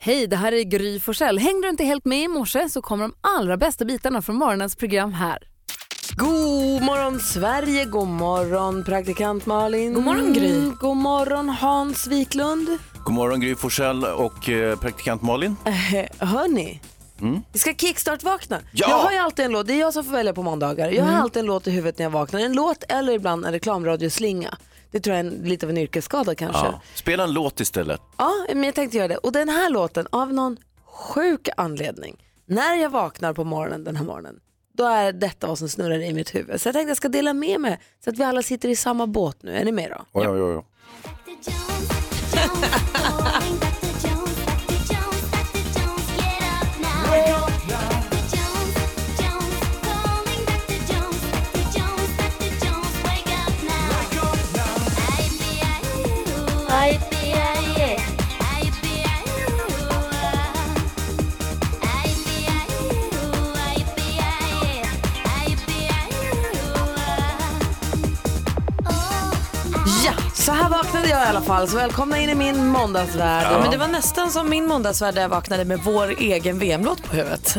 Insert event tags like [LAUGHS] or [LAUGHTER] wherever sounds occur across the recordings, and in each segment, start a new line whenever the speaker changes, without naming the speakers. Hej, det här är Gry Forssell. Hängde du inte helt med i morse så kommer de allra bästa bitarna från morgonens program här.
God morgon Sverige, god morgon praktikant Malin.
God morgon, Gry.
Mm, God morgon Hans Wiklund.
God morgon Gry Forssell och eh, praktikant Malin. Mm.
Eh, [LAUGHS] Hörni, vi ska kickstart-vakna.
Ja! Mm.
Jag har ju alltid en låt, det är jag som får välja på måndagar. Jag har alltid en låt i huvudet när jag vaknar. En låt eller ibland en reklamradioslinga. Det tror jag är en, lite av en yrkesskada kanske.
Ja. Spela en låt istället.
Ja, men jag tänkte göra det. Och den här låten, av någon sjuk anledning, när jag vaknar på morgonen den här morgonen, då är detta vad som snurrar i mitt huvud. Så jag tänkte jag ska dela med mig så att vi alla sitter i samma båt nu. Är ni med då?
Oj, oj, oj.
Ja, så här vaknade jag i alla fall. Så välkomna in i min måndagsvärld.
Men det var nästan som min måndagsvärld där jag vaknade med vår egen VM-låt på huvudet.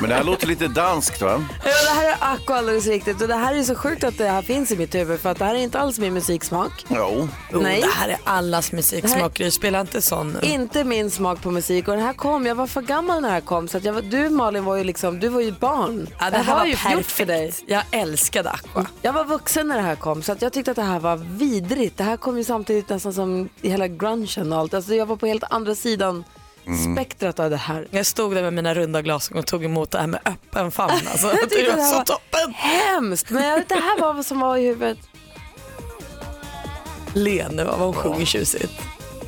Men det här låter lite danskt va?
Ja, det här är Acko alldeles riktigt. Och det här är så sjukt att det här finns i mitt huvud för att det här är inte alls min musiksmak.
Jo.
Nej.
Det här är allas musiksmak, Gry. Spela inte sån.
Inte min smak på musik och den här kom, jag var för gammal när den här kom så att jag var, du Malin var ju liksom, du var ju barn.
Ja, det här var
ju gjort för dig.
perfekt. Jag älskade Aqua.
Jag var vuxen när det här kom så att jag tyckte att det här var vidrigt. Det här kom ju samtidigt nästan som hela grungen och allt. Alltså jag var på helt andra sidan
Mm.
spektrat av det här.
Jag stod där med mina runda glasögon och tog emot det här med öppen
[LAUGHS]
famn. [LAUGHS] Alltså,
Jag tyckte
det
det
var
här
så
var-
toppen.
Hemskt! Men jag vet, det här var vad som var
[LAUGHS]
i huvudet.
Le nu, vad hon sjunger tjusigt.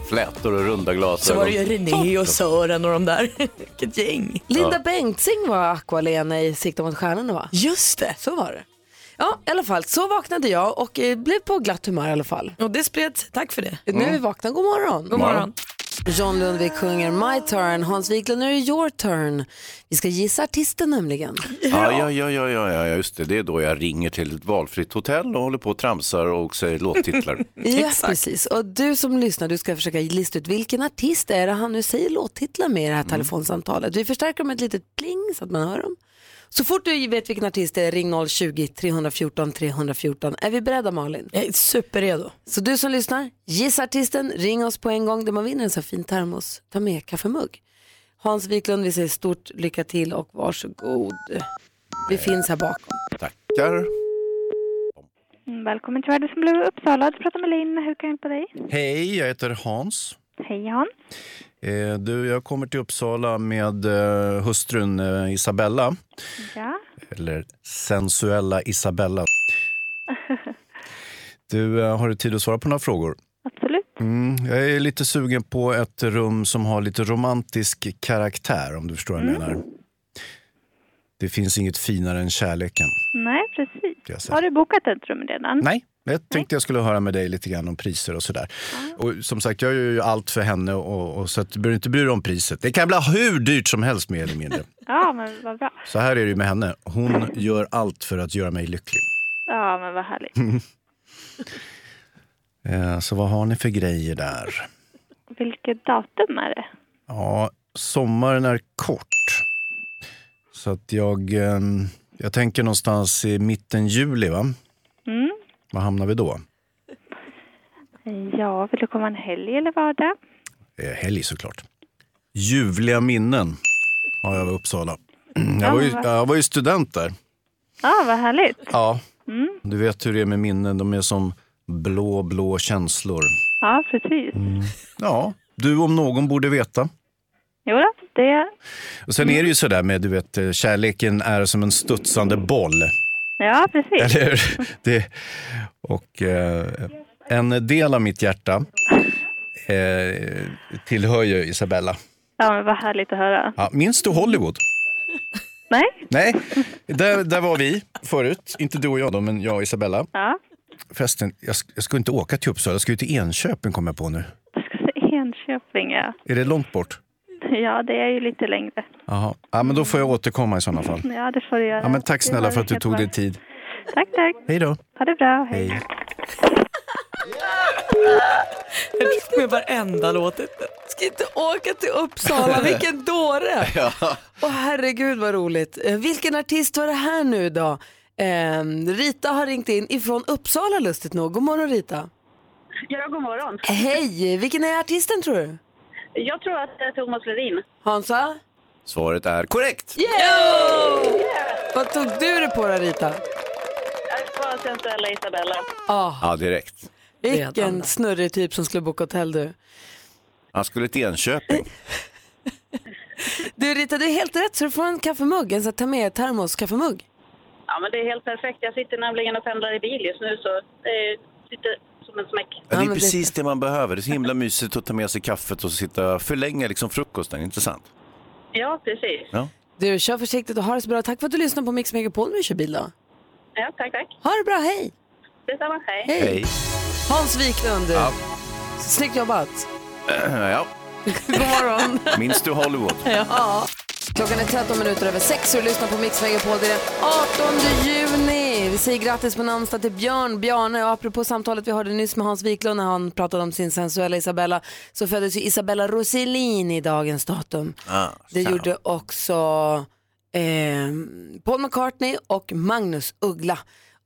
Flätor och runda
Så
glasögon.
var det ju René och Sören och de där. Vilket gäng.
Linda Bengtzing var Aqualena i Sikta mot stjärnorna va?
Just det.
Så var det. Ja, i alla fall. Så vaknade jag och eh, blev på glatt humör i alla fall.
Och det spred sig. Tack för det. Mm.
Nu är vi vakna. God morgon.
God morgon.
John Lundvik sjunger My turn. Hans Wiklund, nu är det your turn. Vi ska gissa artisten nämligen.
Ja, ja, ja, ja, ja, ja, just det. Det är då jag ringer till ett valfritt hotell och håller på och tramsar och säger låttitlar.
[LAUGHS]
[LAUGHS]
Ja,
Exakt.
precis. Och du som lyssnar, du ska försöka lista ut vilken artist är det han nu säger låttitlar med i det här telefonsamtalet. Vi förstärker dem med ett litet pling så att man hör dem. Så fort du vet vilken artist det är, ring 020-314 314. Är vi beredda Malin?
Jag är superredo.
Så du som lyssnar, gissa artisten, ring oss på en gång. Där man vinner en så här fin termos, ta med kaffemugg. Hans Wiklund, vi säger stort lycka till och varsågod. Vi finns här bakom.
Tackar.
Mm, Välkommen till Världen som blev Uppsala. Du pratar med Linn. Hur kan jag hjälpa dig?
Hej, jag heter Hans.
Hej Hans.
Eh, du, jag kommer till Uppsala med eh, hustrun eh, Isabella.
Ja.
Eller sensuella Isabella. Du, eh, har du tid att svara på några frågor?
Absolut.
Mm, jag är lite sugen på ett rum som har lite romantisk karaktär, om du förstår vad jag menar. Det finns inget finare än kärleken.
Nej, precis.
Jag säger.
Har du bokat ett rum redan?
Nej, jag tänkte jag skulle höra med dig lite grann om priser och sådär. Och som sagt, jag gör ju allt för henne och, och så att du behöver inte bry dig om priset. Det kan bli hur dyrt som helst mer eller mindre.
Ja, men vad bra.
Så här är det ju med henne. Hon gör allt för att göra mig lycklig.
Ja, men vad härligt.
[LAUGHS] Eh, Så vad har ni för grejer där?
Vilket datum är det?
Ja, sommaren är kort. Så att jag, eh, jag tänker någonstans i mitten juli, va?
Mm.
Var hamnar vi då?
Ja, vill du komma en helg eller vardag?
Eh, helg såklart. Ljuvliga minnen har jag av Uppsala. [CLEARS THROAT] Jag var, ju, jag var ju student där.
Ja, vad härligt. Mm.
Ja. Du vet hur det är med minnen, de är som blå, blå känslor.
Ja, precis.
Ja, du om någon borde veta.
Jo då, det...
Och sen är det ju sådär med, du vet, eh, kärleken är som en studsande boll. [LAUGHS]
Ja, precis.
Eller hur? Det, och eh, en del av mitt hjärta eh, tillhör ju Isabella.
Ja, men vad härligt att höra.
Ja, minns du Hollywood?
Nej?
Nej, där, där var vi förut. Inte du och jag då, men jag och Isabella.
Ja.
Förresten, jag, sk- jag ska inte åka till Uppsala, jag ska ju till Enköping kommer jag på nu.
Jag ska se Enköping, ja.
Är det långt bort?
Ja, det är ju lite längre.
Jaha. Ja, men då får jag återkomma i sådana fall.
Ja, det får du göra.
Ja, men tack
Det
snälla
var
för att du
helt
tog
bra.
dig tid.
Tack, tack.
Hej då.
Ha det bra. Hej.
Hej.
Jag gick med varenda låt.
Ska inte åka till [LAUGHS] Uppsala, vilken dåre!
Ja.
Åh herregud vad roligt. Eh, Vilken artist var det här nu då? Ehm, Rita har ringt in ifrån Uppsala lustigt nog. God morgon Rita.
Ja, god morgon.
Hej, vilken är artisten tror du?
Jag tror att det är Thomas Ledin.
Hansa?
Svaret är korrekt.
Vad tog du det på då Rita?
Jag var sensuella Isabella.
Ah,
Ja, direkt.
vilken snurrig typ som skulle boka hotell du.
Han skulle till Enköping.
Du Rita, du är helt rätt så du får en kaffemugg, en sån här ta med termos-kaffemugg.
Ja, men det är helt perfekt. Jag sitter nämligen och pendlar i bil just nu, så det är lite som en smäck.
Ja,
Ja,
det är
men det-
precis det man behöver. Det är så himla mysigt att ta med sig kaffet och sitta förlänga liksom frukosten. Intressant.
Ja, precis.
Ja.
Du, kör försiktigt och ha det så bra. Tack för att du lyssnar på Mix Megapol när du kör bil då.
Ja, tack, tack.
Ha det bra, hej!
Detsamma. Hej.
Hej.
Hans Wiklund, snyggt jobbat.
Ja, [CLEARS THROAT]
God morgon.
minns du Hollywood?
Klockan är 13 minuter över 6 och du lyssnar på Mix Megapol. Det är den 18 juni. Vi säger grattis på namnsdag till Björn Bjarne. Och apropå samtalet vi hörde nyss med Hans Wiklund när han pratade om sin sensuella Isabella så föddes ju Isabella Rossellini i dagens datum.
Ah,
Det
så.
gjorde också eh, Paul McCartney och Magnus Uggla.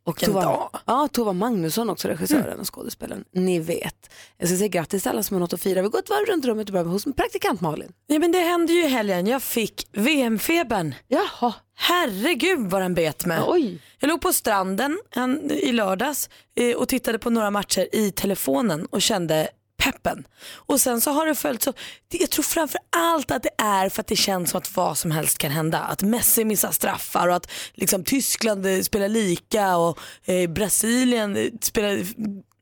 Och Tova, ja, Tova Magnusson också, regissören och skådespelaren. Ni vet. Jag ska säga grattis till alla som har något att fira. Vi går ett varv runt rummet och börjar med hos praktikant Malin.
Ja, men det hände ju i helgen. Jag fick VM-febern.
Jaha,
Herregud vad den bet mig.
oj.
Jag låg på stranden en, i lördags eh, och tittade på några matcher i telefonen och kände peppen. Och sen så har det följt så, det- jag tror framför allt att det är för att det känns som att vad som helst kan hända. Att Messi missar straffar och att liksom, Tyskland eh, spelar lika och eh, Brasilien eh, spelar,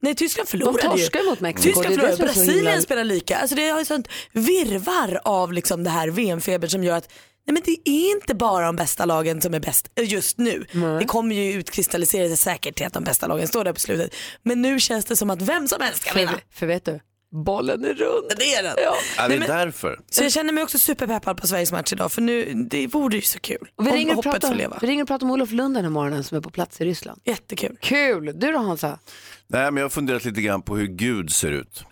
nej Tyskland förlorade ju.
torskar mot Mexiko, det är
Tyskland
det
förlorade,
som är så himla-
Brasilien spelar lika. Alltså det har ju sånt virvar av liksom det här VM-febern som gör att nej men det är inte bara de bästa lagen som är bäst eh, just nu. Det kommer ju utkristallisera sig säkert till att de bästa lagen står där på slutet. Men nu känns det som att vem som helst kan vinna.
För, för vet du, bollen är rund.
Det är den.
Ja, det
Nej,
är
men-
därför.
Så jag känner mig också superpeppad på Sveriges match idag för nu, det vore ju så kul.
Och vi,
om
ringer och
hoppet
pratar,
får
om-
leva.
vi ringer och pratar om Olof Lund den här morgonen som är på plats i Ryssland.
Jättekul.
Kul! Du då Hansa?
Nej, men jag har funderat lite grann på hur Gud ser ut.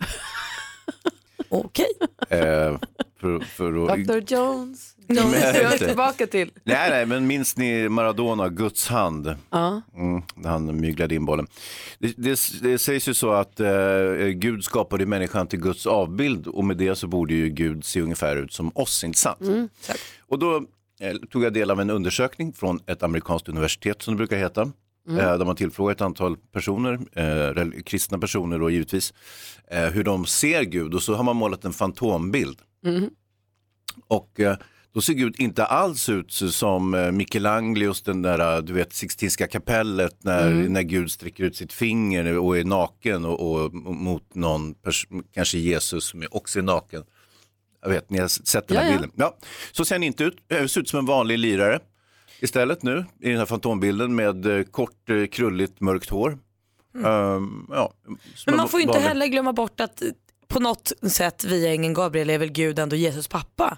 Okej.
Eh, för, för att...
Dr Jones.
Men-
Jag är tillbaka till.
Nej, nej, men minns ni Maradona, Guds hand?
Ja.
Mm, när han myglade in bollen. Det, det, det sägs ju så att eh, Gud skapade människan till Guds avbild och med det så borde ju Gud se ungefär ut som oss, inte sant? och då eh, tog jag del av en undersökning från ett amerikanskt universitet som det brukar heta. Eh, där man tillfrågar ett antal personer, eh, rel- kristna personer då givetvis, eh, hur de ser Gud och så har man målat en fantombild.
Mm.
Och eh, då ser Gud inte alls ut som eh, Michelangelos, den där, eh, du vet, Sixtinska kapellet när,
Mm.
när Gud sträcker ut sitt finger och är naken och, och mot någon, pers- kanske Jesus som är också är naken. Jag vet, ni har s- sett den här
Ja, ja.
bilden. Ja, så ser han inte ut, han ser ut som en vanlig lirare istället nu i den här fantombilden med eh, kort, eh, krulligt, mörkt hår. Ehm, ja, som
Mm. Men man
en
får ju inte
vanlig-
heller glömma bort att eh, på något sätt via ängeln Gabriel är väl Gud ändå Jesus pappa.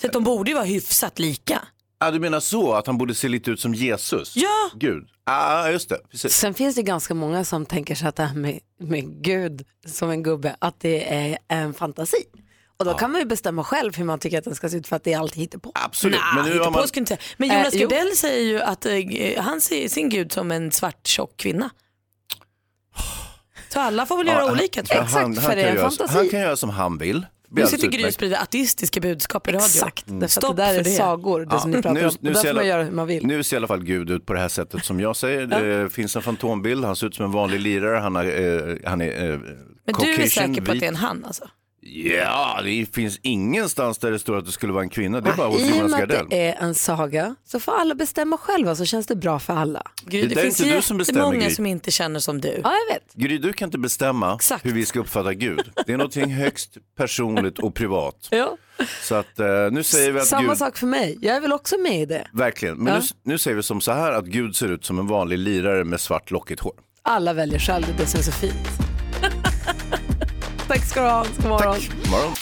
Så att de borde ju vara hyfsat lika.
Ja, du menar så, att han borde se lite ut som Jesus?
Ja.
Gud. Ja, just det. Precis.
Sen finns det ganska många som tänker sig att det här med, med Gud som en gubbe, att det är en fantasi. Och då kan man ju bestämma själv hur man tycker att den ska se ut för att det är allt hittepå.
Absolut, men nu
Inte på
har man...
skulle jag inte säga. Men
Eh,
Jonas
jo.
Gardell säger ju att eh, han ser sin gud som en svart tjock kvinna. Så alla får väl göra
Ja,
olika tror jag.
Exakt,
han,
för
han,
det är
kan
en
göra,
fantasi.
han kan göra som han vill. Det
Nu
blir alldeles
sitter Gry och
utmärkt.
sprider ateistiska budskap i radio. Mm.
Exakt, därför att
Stopp
det där är
för det.
sagor, det som ni pratar
nu,
om. Och där
ser
får man
alla-
göra hur man vill.
nu ser i alla fall Gud ut på det här sättet som jag säger. Det finns en fantombild, han ser ut som en vanlig lirare, han, har, eh, han är eh,
Men du är säker på att det är en han alltså?
Ja, det finns ingenstans där det står att det skulle vara en kvinna, det är bara hos
Ah, I och
Jonas
med att
Gardell.
det är en saga så får alla bestämma själva så känns det bra för alla.
Gry,
Det
det,
där är
finns
inte du som bestämmer,
jättemånga
Gry.
som inte känner som du.
Ja, jag vet.
Gry, du kan inte bestämma
Exakt.
hur vi ska uppfatta Gud. Det är någonting högst personligt och privat.
[LAUGHS] Ja.
Så att, eh, nu säger vi att
Samma
Gud...
sak för mig. Jag är väl också med i det.
Verkligen, men nu, nu säger vi som så här att Gud ser ut som en vanlig lirare med svart lockigt hår.
Alla
[LAUGHS]
väljer själv, det är det som är så fint. Tack ska du ha, Hans. God morgon.
Morgon.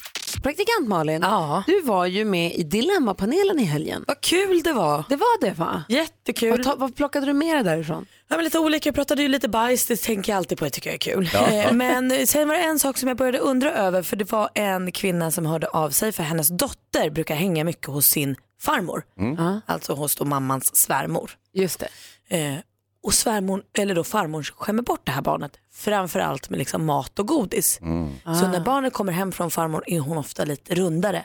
Praktikant Malin,
Ja.
du var ju med i Dilemmapanelen i helgen.
Vad kul det var.
Det var det va?
Jättekul.
Vad, ta, vad plockade du med dig därifrån?
Ja, men lite olika, jag pratade ju lite bajs, det tänker jag alltid på, det tycker jag är kul. Eh, Men sen var det en sak som jag började undra över, för det var en kvinna som hörde av sig, för hennes dotter brukar hänga mycket hos sin farmor.
Mm.
Alltså hos då mammans svärmor.
Just det.
Eh, och svärmor, eller då farmor skämmer bort det här barnet, framförallt med liksom mat och godis.
Mm.
Så
Ah.
när barnet kommer hem från farmor är hon ofta lite rundare.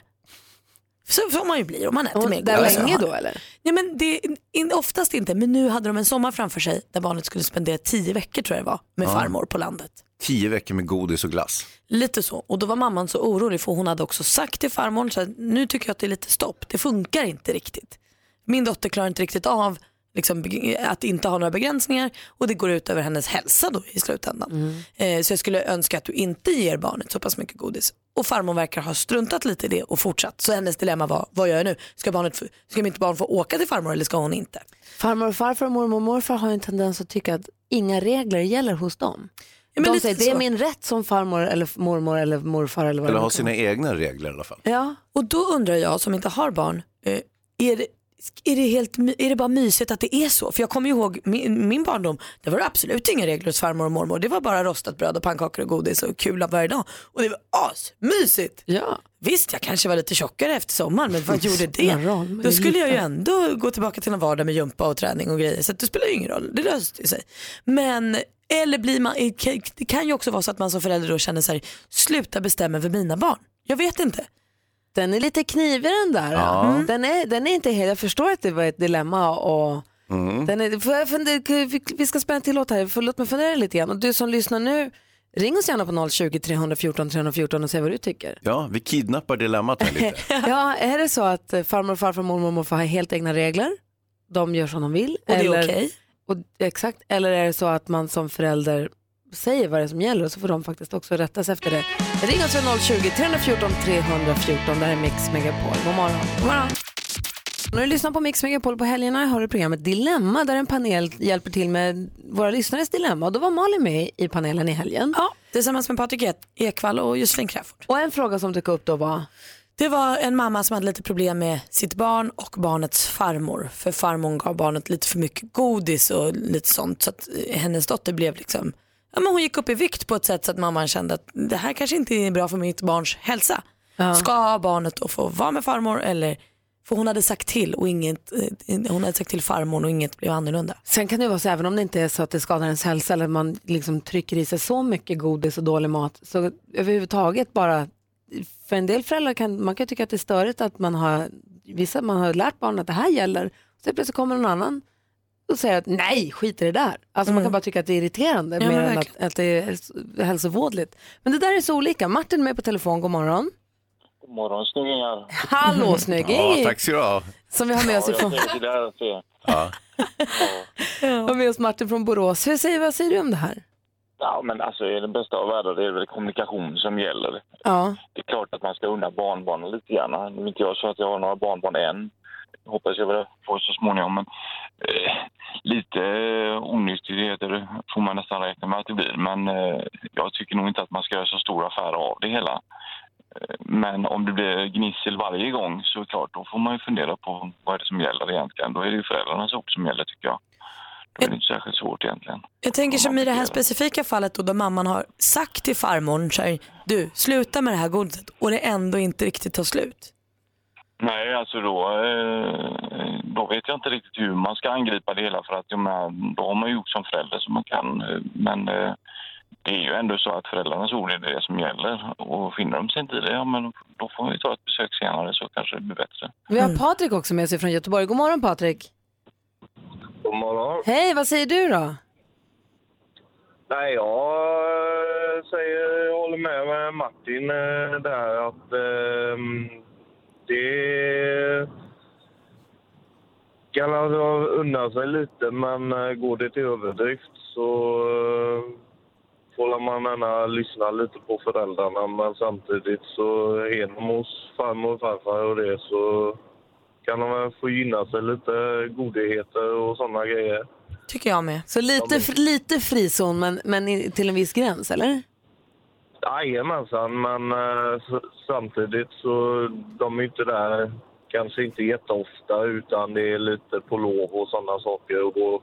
Så som man ju blir om man äter
Hon,
mer
där
godis.
länge
Ja.
då eller?
Nej, men det, in, oftast inte, men nu hade de en sommar framför sig där barnet skulle spendera tio veckor tror jag det var med farmor på landet.
Tio veckor med godis och glass.
Lite så. Och då var mamman så orolig för hon hade också sagt till farmor så här, nu tycker jag att det är lite stopp, det funkar inte riktigt. Min dotter klarar inte riktigt av liksom, beg- att inte ha några begränsningar och det går ut över hennes hälsa då i slutändan.
Mm.
Eh, så jag skulle önska att du inte ger barnet så pass mycket godis. Och farmor verkar ha struntat lite i det och fortsatt. Så hennes dilemma var, vad gör jag nu? Ska, barnet, få- ska mitt barn få åka till farmor eller ska hon inte?
Farmor och farfar och mormor och morfar har ju en tendens att tycka att inga regler gäller hos dem.
Ja, men
de
lite
säger det är
så."
min rätt som farmor eller f- mormor eller morfar eller vad
Eller
det
ha
nu kan
sina egna regler i alla fall.
vara. Ja,
Och då undrar jag som inte har barn, eh, är det, är det, helt, my- är det bara mysigt att det är så? För jag kommer ju ihåg min, min barndom, det var det absolut inga regler hos farmor och mormor. Det var bara rostat bröd och pannkakor och godis och kul av varje dag. Och det var asmysigt.
ja.
Visst, jag kanske var lite tjockare efter sommaren, men vad gjorde det?
Spelar roll, men
Då
det är
skulle jag ju
lite.
ändå gå tillbaka till en vardag med gympa och träning och grejer, så att det spelar ju ingen roll, det löste ju sig. Men, eller blir man, det kan ju också vara så att man som förälder då känner så här, sluta bestämma över mina barn. Jag vet inte.
Den är lite knivig den där. Mm. Den, är, den är inte helt, jag förstår att det var ett dilemma och den är, får jag fundera, vi- vi ska spela en till låt här, Får- låt mig fundera lite grann. Och du som lyssnar nu, ring oss gärna på 020 314 314 och säg vad du tycker.
Ja, vi kidnappar dilemmat här lite.
[LAUGHS] Ja, är det så att eh, farmor, farfar, mormor och morfar har helt egna regler? De gör som de vill.
Och det är
Eller-
okej.
Och, exakt, eller är det så att man som förälder säger vad det är som gäller och så får de faktiskt också rätta sig efter det. Ring oss vid 020 314 314. Det här är Mix Megapol. God morgon. God morgon. När du lyssnar på Mix Megapol på helgerna har du programmet Dilemma där en panel hjälper till med våra lyssnares dilemma. Och då var Malin med i panelen i helgen.
Ja, tillsammans med Patrik Ek- Ekwall och Josefin Crafoord.
Och en fråga som dök upp då var,
Det var en mamma som hade lite problem med sitt barn och barnets farmor. För farmor gav barnet lite för mycket godis och lite sånt. Så att eh, hennes dotter blev liksom, ja men hon gick upp i vikt på ett sätt så att mamman kände att det här kanske inte är bra för mitt barns hälsa. Ska barnet då få vara med farmor eller, för hon hade sagt till och inget, eh, hon hade sagt till farmor och inget blev annorlunda.
sen kan det ju vara så även om det inte är så att det skadar ens hälsa eller man liksom trycker i sig så mycket godis och dålig mat så överhuvudtaget bara för en del föräldrar kan man kan tycka att det är störigt att man har, vissa, man har lärt barnen att det här gäller. Så plötsligt kommer någon annan och säger att nej, skit i det där. Alltså man kan bara tycka att det är irriterande
Mm. Ja, men
mer än att,
verkligen.
att det är häls- hälsovådligt. Men det där är så olika. Martin är med på telefon, god morgon.
God morgon snyggingar. [LAUGHS]
Hallå snygging!
Ja, tack ska du ha.
Som vi har med oss,
Jag
ifrån,
ser det där att se.
har med oss Martin från Borås. Hur säger, vad säger du om det här?
Ja, men alltså i den bästa av världar det är väl kommunikation som gäller.
Ja.
Det är klart att man ska unna barnbarnen lite grann. Nu är inte jag så att jag har några barnbarn än. Hoppas jag väl får så småningom. Men eh, lite eh, onyttigheter får man nästan räkna med att det blir. Men eh, jag tycker nog inte att man ska göra så stor affär av det hela. Eh, Men om det blir gnissel varje gång så är det klart, då får man ju fundera på vad är det som gäller egentligen. Då är det ju föräldrarnas ord som gäller tycker jag. Då är det inte särskilt svårt egentligen.
Jag tänker som i det här specifika fallet då, då mamman har sagt till farmor så här, du sluta med det här godiset och det ändå inte riktigt tar slut.
Nej, alltså då, eh, då vet jag inte riktigt hur man ska angripa det hela för att jag menar, då har man ju gjort som förälder som man kan. eh, Men eh, det är ju ändå så att föräldrarnas ord är det som gäller och finner de sig inte i det, ja men då får vi ta ett besök senare så kanske det blir bättre.
Vi
Mm.
har Patrik också med sig från Göteborg. God morgon Patrik.
God morgon.
Hej, vad säger du då?
Nej, jag eh, säger, jag håller med, med Martin eh, där att eh, det kan alltså unna sig lite men eh, går det till överdrift så eh, får man gärna lyssna lite på föräldrarna men samtidigt så är de hos farmor och farfar och det så kan de väl få gynna sig lite godheter och sådana grejer.
Tycker jag med.
Så lite, fr- lite frizon men, men i- till en viss gräns eller?
Jajamensan, men eh, s- samtidigt så de är ju inte där kanske inte jätteofta utan det är lite på lov och sådana saker. Och då,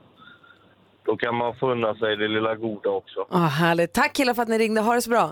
då kan man få unna sig det lilla goda också.
Oh, härligt. Tack killar för att ni ringde. Ha det så bra.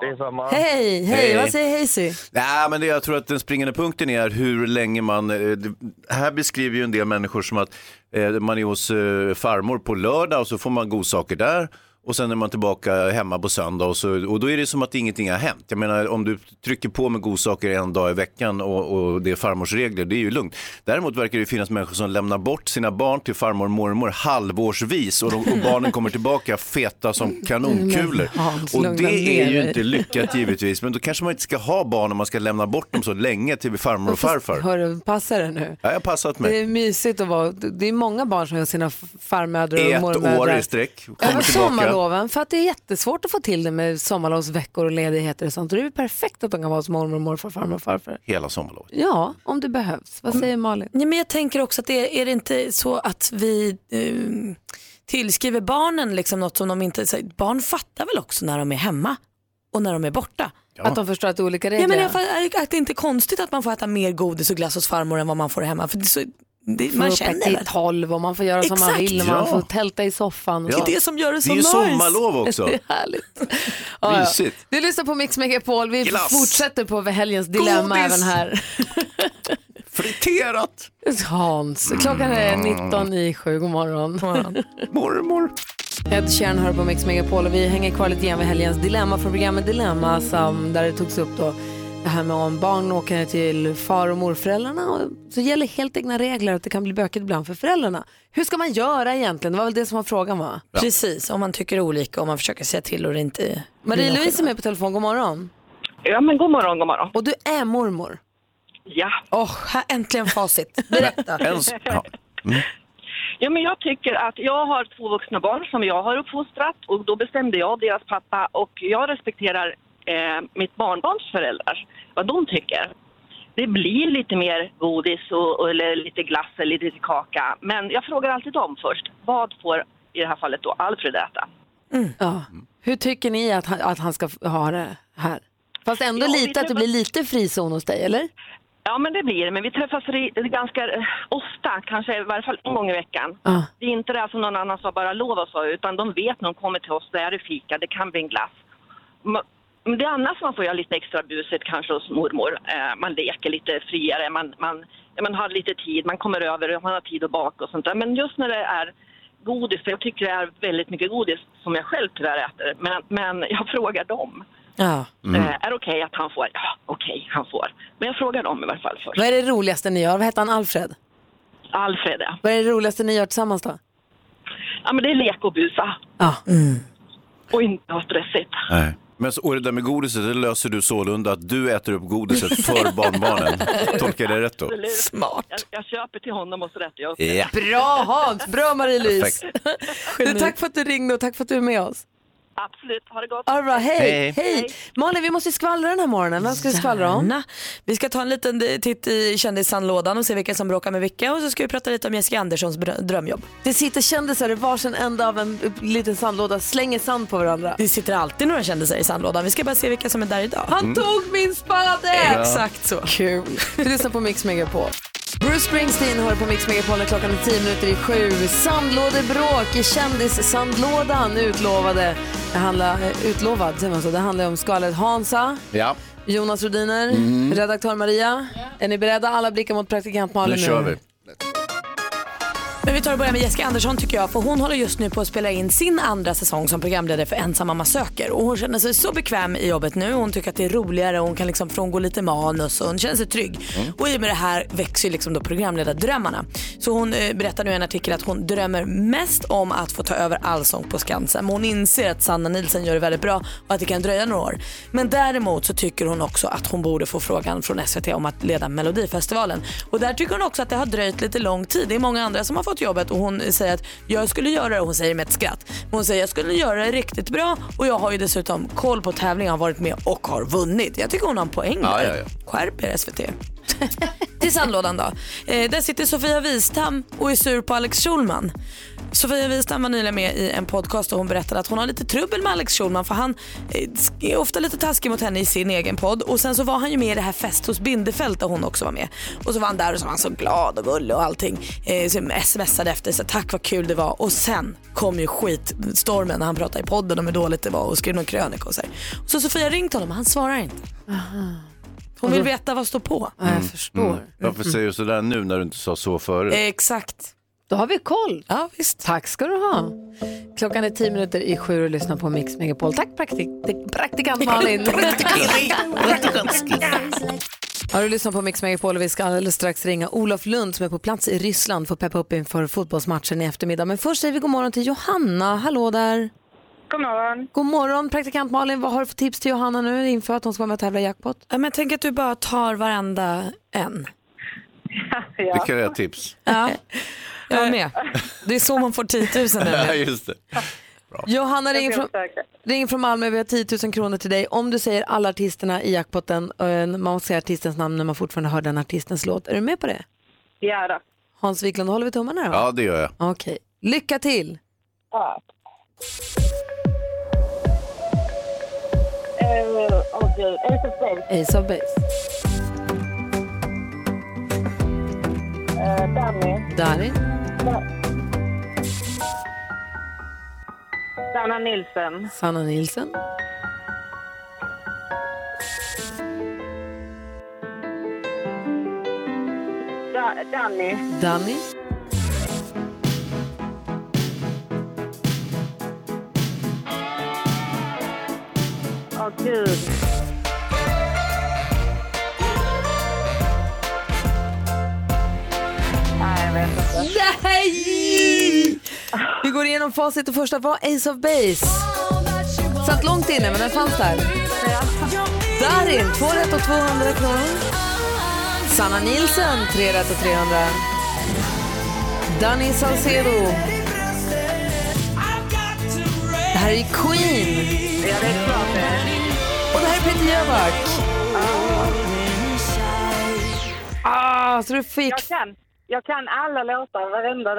Det är samma.
Hej, hej.
Hej.
Vad säger Hazy?
Nej, men det, jag tror att den springande punkten är hur länge man... eh, Det, här beskriver ju en del människor som att eh, man är hos eh, farmor på lördag och så får man godsaker där. Och sen är man tillbaka hemma på söndag och, så, och då är det som att ingenting har hänt. Jag menar om du trycker på med godsaker en dag i veckan och, och det är farmors regler, det är ju lugnt. Däremot verkar det finnas människor som lämnar bort sina barn till farmor och mormor halvårsvis och, de, och barnen kommer tillbaka feta
Mm,
som kanonkulor.
Hans,
Och
lugna
det är
ner
ju
dig.
inte lyckat givetvis, men då kanske man inte ska ha barn om man ska lämna bort dem så länge till farmor och farfar.
Hörru, passa dig nu.
Ja, jag har passat
Det
mig.
är mysigt att vara, det är många barn som gör sina f- farmödrar och
Ett år
mormödrar.
i sträck, kommer
Över
tillbaka.
sommarloven, för att det är jättesvårt att få till det med sommarlovsveckor och ledigheter och sånt. Och det är ju perfekt att de kan vara hos mormor och morfar, farmor och farfar.
Hela sommarlovet.
Ja, om det behövs. Vad säger Malin?
Nej, men jag tänker också att det är det inte så att vi eh, tillskriver barnen liksom något som de inte... Så, här, barn fattar väl också när de är hemma och när de är borta.
Att de förstår att det är olika regler.
Ja, men jag fattar, att det är inte konstigt att man får äta mer godis och glass hos farmor än vad man får hemma. För det, är så, det, man
man
känner
känner
väl.
tolv och man får göra som man
Exakt.
vill och man
Ja.
får tälta i soffan. Och
Ja.
sånt.
Det är det som gör det så
Det är ju
nice. [LAUGHS]
sommarlov också.
Det är härligt. Ja, ja.
Mysigt.
Du lyssnar på Mix Megapol. Vi
Glass.
fortsätter på helgens dilemma
Godis.
även här.
Friterat,
Hans, klockan är 19 i sju. God morgon.
Mm. mormor.
Ed Sheeran hör på Mix Megapol och vi hänger kvar lite grann vid helgens dilemma från programmet Dilemma som, där det togs upp då det här med om barn åker ner till far och morföräldrarna och så gäller helt egna regler och att det kan bli bökigt ibland för föräldrarna. Hur ska man göra egentligen? Det var väl det som var frågan va?
Precis, om man tycker olika och man försöker säga till och det inte...
Marie-Louise är med på telefon, god morgon.
Ja, men god morgon, god morgon.
Och du är mormor.
Ja.
Åh, här äntligen facit.
[LAUGHS]
Berätta.
En, s- ja. Mm.
ja, men jag tycker att jag har två vuxna barn som jag har uppfostrat och då bestämde jag deras pappa och jag respekterar eh, mitt barnbarns föräldrar, vad de tycker. Det blir lite mer godis och, och, eller lite glass eller lite kaka, men jag frågar alltid dem först. Vad får i det här fallet då Alfred äta?
Mm. Ja. Hur tycker ni att han, att han ska f- ha det här? Fast ändå
Ja, vi
lite att det
träffas-
blir lite frizon hos dig, eller?
Ja, men det blir det. Men vi träffas ri- ganska eh, ofta, kanske i varje fall en gång i veckan.
Ja.
Det är inte det här som någon annan sa, bara lov och så, utan de vet när de kommer till oss, det är det fika, det kan bli en glass. Ma- Men det är annars man får göra lite extra busigt kanske hos mormor. Eh, man leker lite friare, man, man, ja, man har lite tid, man kommer över och man har tid att baka och sånt där. Men just när det är godis, för jag tycker det är väldigt mycket godis som jag själv tyvärr äter, men, men jag frågar dem.
Ja.
Mm.
Mm.
Eh, är det okej att han får? Ja, okej, han får. Men jag frågar dem i varje fall först.
Vad är det roligaste ni gör? Vad heter han, Alfred?
Alfred, ja.
Vad är det roligaste ni gör tillsammans då?
ja men det är lek och busa
Ja.
och inte ha stressigt.
Nej. Men så, och det där med godiset, det löser du sålunda att du äter upp godiset
[LAUGHS]
för barnbarnen. Tolkar jag det rätt då?
Smart.
Jag, jag köper till honom och så rättar jag upp det.
Ja,
Bra Hans, bra Marie-Louise.
Perfekt.
Du, tack för att du ringde och tack för att du är med oss.
Absolut, ha det gott.
All right, hej, hej.
Hej.
Malin, vi måste ju skvallra den här morgonen. Vem ska vi skvallra om?
Gärna. Vi ska ta en liten titt i kändissandlådan och se vilka som bråkar med vilka och så ska vi prata lite om Jessica Anderssons brö- drömjobb.
Det sitter kändisar i varsin ända av en eh, liten sandlåda, slänger sand på varandra.
Det sitter alltid några kändisar i sandlådan. Vi ska bara se vilka som är där idag.
Han
Mm.
tog min spade!
Exakt så.
Kul. Du lyssnar på Mix Megapol. Bruce Springsteen hör på Mix Megapol när klockan är 10 minuter i sju. Sandlådebråk i kändissandlådan utlovade. Det handlar, eh, utlovad, säger man så. Det handlar om skalet Hansa,
ja.
Jonas Rhodiner,
Mm.
redaktör Maria. Är ni beredda? Alla blickar mot praktikant Malin
nu kör vi.
Men vi tar och börjar med Jessica Andersson tycker jag för hon håller just nu på att spela in sin andra säsong som programledare för Ensam mamma söker och hon känner sig så bekväm i jobbet nu. Hon tycker att det är roligare och hon kan liksom frångå lite manus och hon känner sig trygg.
Mm.
Och i och med det här växer ju liksom då programledardrömmarna. Så hon eh, berättar nu i en artikel att hon drömmer mest om att få ta över Allsång på Skansen. Men hon inser att Sanna Nilsson gör det väldigt bra och att det kan dröja några år. Men däremot så tycker hon också att hon borde få frågan från SVT om att leda Melodifestivalen. Och där tycker hon också att det har dröjt lite lång tid. Det är många andra som har fått jobbet och hon säger att jag skulle göra det, hon säger med ett skratt. Men hon säger jag skulle göra det riktigt bra och jag har ju dessutom koll på tävlingen, har varit med och har vunnit. Jag tycker hon har en poäng
Ja,
där.
ja, ja.
Skärp er [LAUGHS] SVT. Till sandlådan då. Eh, där sitter Sofia Wistam och är sur på Alex Schulman. Sofia Wistam var nyligen med i en podcast och hon berättade att hon har lite trubbel med Alex Schulman för han eh, är ofta lite taskig mot henne i sin egen podd. Och sen så var han ju med i det här Fest hos Bindefeld där hon också var med. Och så var han där och så var han så glad och gullig och allting. Eh, så smsade efter så tack vad kul det var. Och sen kom ju skitstormen när han pratade i podden om hur dåligt det var och skrev någon krönika och så här. Och så Sofia ringt honom och han svarar inte. Hon
Alltså,
vill veta vad står på.
jag förstår.
Mm. Varför säger du sådär nu när du inte sa så förut?
Exakt.
Då har vi koll.
Ja, visst.
Tack ska du ha. Klockan är tio minuter i sju och lyssnar på Mix Megapol. Tack praktik praktikant Malin. Har du lyssnat på Mix Megapol och vi ska alldeles strax ringa Olof Lund som är på plats i Ryssland för att peppa upp inför fotbollsmatchen i eftermiddag. Men först säger vi god morgon till Johanna. Hallå där.
God morgon.
God morgon praktikant Malin. Vad har du för tips till Johanna nu inför att hon ska vara med och tävla i jackpot?
Ja, men tänk att du bara tar varenda en.
Det kan jag ge tips.
[LAUGHS]
Ja. Jag var med. Det är så man får 10
[LAUGHS]
000
Ja,
nämligen.
just det.
Johanna ringer
ska
från, ringer från Malmö. Vi har 10 000 kronor till dig. Om du säger alla artisterna i jackpotten, eh, man måste säga artistens namn när man fortfarande hör den artistens låt. Är du med på det?
Ja då.
Hans Wiklund, håller vi tummarna då?
Ja, det gör jag.
Okej. Lycka till!
Ja. Eh, Åh gud, Ace of Base.
Ace of Base.
Eh, Danny.
Darin.
Sanna Nilsson.
Sanna Nilsen.
Da- Danny.
Danny.
Åh gud. Nej, jag vet inte.
Nej! Vi går igenom facit och första var Ace of Base. Satt långt inne men den fanns där. Darin, 2 rätt och 200 kronor. Sanna Nilsson, 3 rätt och 300. Danny Saucedo. Det här är ju Queen.
Ja, det är klart det.
Och det här är Peter Jöback. Ah, så du fick...
Jag kan, jag kan alla låtar varenda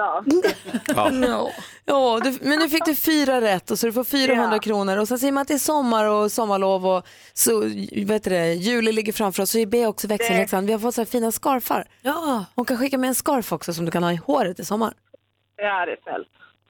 [LAUGHS] dag.
Ja, du, men nu fick du fyra rätt och så du får 400
Ja.
kronor. Och sen säger man att det är sommar och sommarlov och så, vet du det, juli ligger framför oss. Så är B också växelhäxan. Vi har fått så här fina scarfar.
Ja.
Hon kan skicka med en scarf också som du kan ha i håret i sommar.
Ja, det är snällt.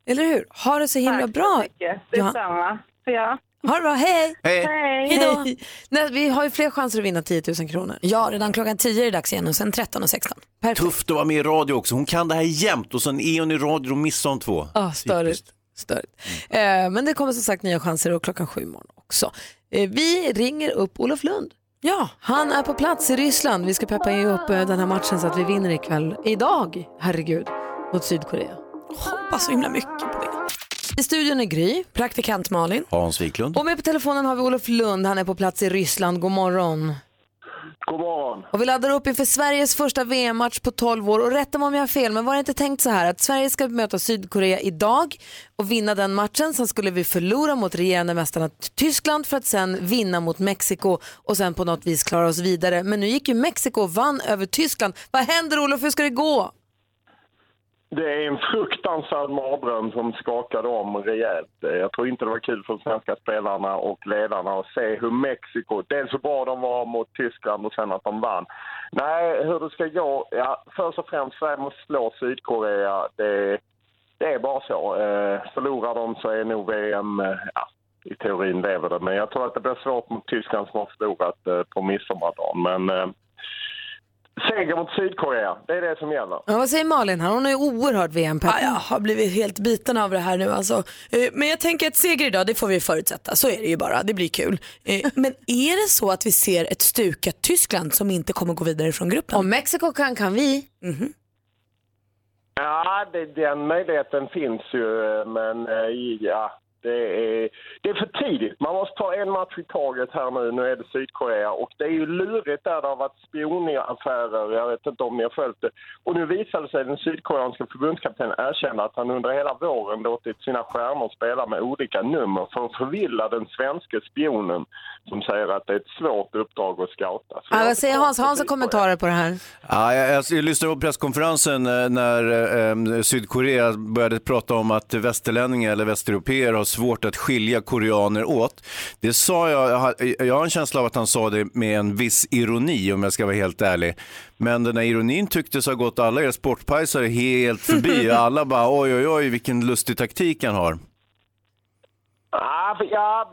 Eller hur? Ha det så himla
Tack så
bra.
mycket.
Ja.
Detsamma. Ja.
Ha det bra, hej!
Hej!
Hej.
Hej. Nej, vi har ju fler chanser att vinna 10 000 kronor.
ja, redan klockan 10 är det dags igen och sen 13 och 16.
Perfekt.
Tufft att vara med i radio också. Hon kan det här jämt och sen är hon i radio och missar hon två.
Ja, störigt. störigt. Eh, men det kommer som sagt nya chanser och klockan sju imorgon också. Eh, vi ringer upp Olof Lund. Ja, han är på plats i Ryssland. Vi ska peppa ju upp eh, den här matchen så att vi vinner ikväll, idag, herregud, mot Sydkorea.
Hoppas så himla mycket på det.
I studion är Gry
Praktikant Malin.
Hans Wiklund.
och med på telefonen har vi Olof Lund. Han är på plats i Ryssland. God morgon.
God morgon.
Och vi laddar upp inför Sveriges första VM-match på 12 år. Och rätta mig om jag har fel, men var det inte tänkt så här att Sverige ska möta Sydkorea idag och vinna den matchen. Sen skulle vi förlora mot regerande mästarna Tyskland för att sen vinna mot Mexiko och sen på något vis klara oss vidare. Men nu gick ju Mexiko och vann över Tyskland. Vad händer Olof, hur ska det gå?
Det är en fruktansvärd mardröm som skakade om rejält. Eh, Jag tror inte det var kul för de svenska spelarna och ledarna att se hur Mexiko, dels hur bra de var mot Tyskland och sen att de vann. Nej, hur det ska gå? Ja, först och främst, Sverige måste slå Sydkorea. Det, det är bara så. Eh, förlorar de så är nog VM, eh, ja, i teorin lever det. Men jag tror att det blir svårt mot Tyskland som har förlorat eh, på midsommardagen. Men eh, seger mot Sydkorea, det är det som gäller.
Ja, vad säger Malin här? Hon är ju oerhört VM-pepp.
Ja, jag har blivit helt biten av det här nu alltså. Eh, Men jag tänker att seger idag, det får vi förutsätta. Så är det ju bara, det blir kul.
[LAUGHS]
Eh, Men är det så att vi ser ett stukat Tyskland som inte kommer gå vidare från gruppen? Mhm.
Om Mexiko kan, kan vi.
Ja, det, den möjligheten finns ju, men eh, ja, det är, det är för tidigt. Man måste ta en match i taget här nu. Nu är det Sydkorea och det är ju lurigt där det har varit spionaffärer. Jag vet inte om ni har följt det. Och nu visade sig den sydkoreanska förbundskaptenen erkänna att han under hela våren låtit sina stjärnor spela med olika nummer för att förvilla den svenska spionen som säger att det är ett svårt uppdrag att scouta. Så
vad säger Hans? Hans har kommentarer på det här.
Ja, jag, jag, jag lyssnade på presskonferensen eh, när eh, Sydkorea började prata om att västerlänningar eller västeuropeer har svårt att skilja koreaner åt. Det sa jag, jag har- jag har en känsla av att han sa det med en viss ironi om jag ska vara helt ärlig. Men den här ironin tycktes ha gått alla er sportpajsare helt förbi. Alla bara oj oj oj vilken lustig taktik han har.
Ja, för- ja,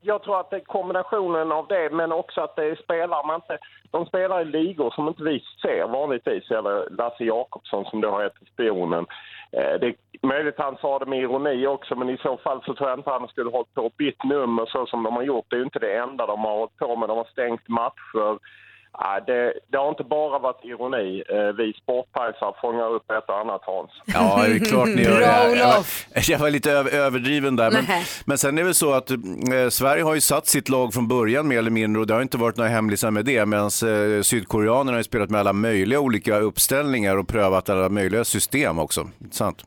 jag tror att det är kombinationen av det, men också att det är spelare man inte... De spelar i ligor som inte vi ser vanligtvis, eller Lasse Jakobsson som då har heter spionen. Eh, Det är möjligt att han sa det med ironi också, men i så fall så tror jag inte han skulle hållit på och bytt nummer så som de har gjort. Det är ju inte det enda de har hållit på med. De har stängt matcher. Ja, det, det har inte bara varit ironi. Eh, Vi sportpajsar fångar upp ett och annat, Hans.
Ja, det är klart ni gör
[LAUGHS] Bra,
det. Jag, jag, var,
Olof.
[LAUGHS] jag var lite över, överdriven där. Men,
Nähä.
men sen är det så att eh, Sverige har ju satt sitt lag från början mer eller mindre och det har inte varit några hemlisar med det. Medan eh, sydkoreanerna har ju spelat med alla möjliga olika uppställningar och prövat alla möjliga system också. Sant?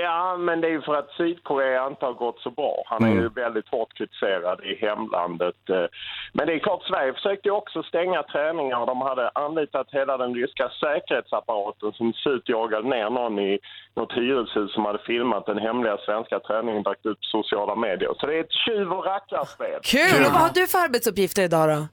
Ja, men det är ju för att Sydkorea inte har gått så bra. Han är
Mm.
ju väldigt hårt kritiserad i hemlandet. eh. Men det är klart, Sverige försökte ju också stänga träningar. De hade anlitat hela den ryska säkerhetsapparaten som sutjagade ner någon i något hyreshus som hade filmat den hemliga svenska träningen och lagt ut på sociala medier. Så det är ett tjuv och rackarspel.
Kul! Och vad har du för arbetsuppgifter idag då?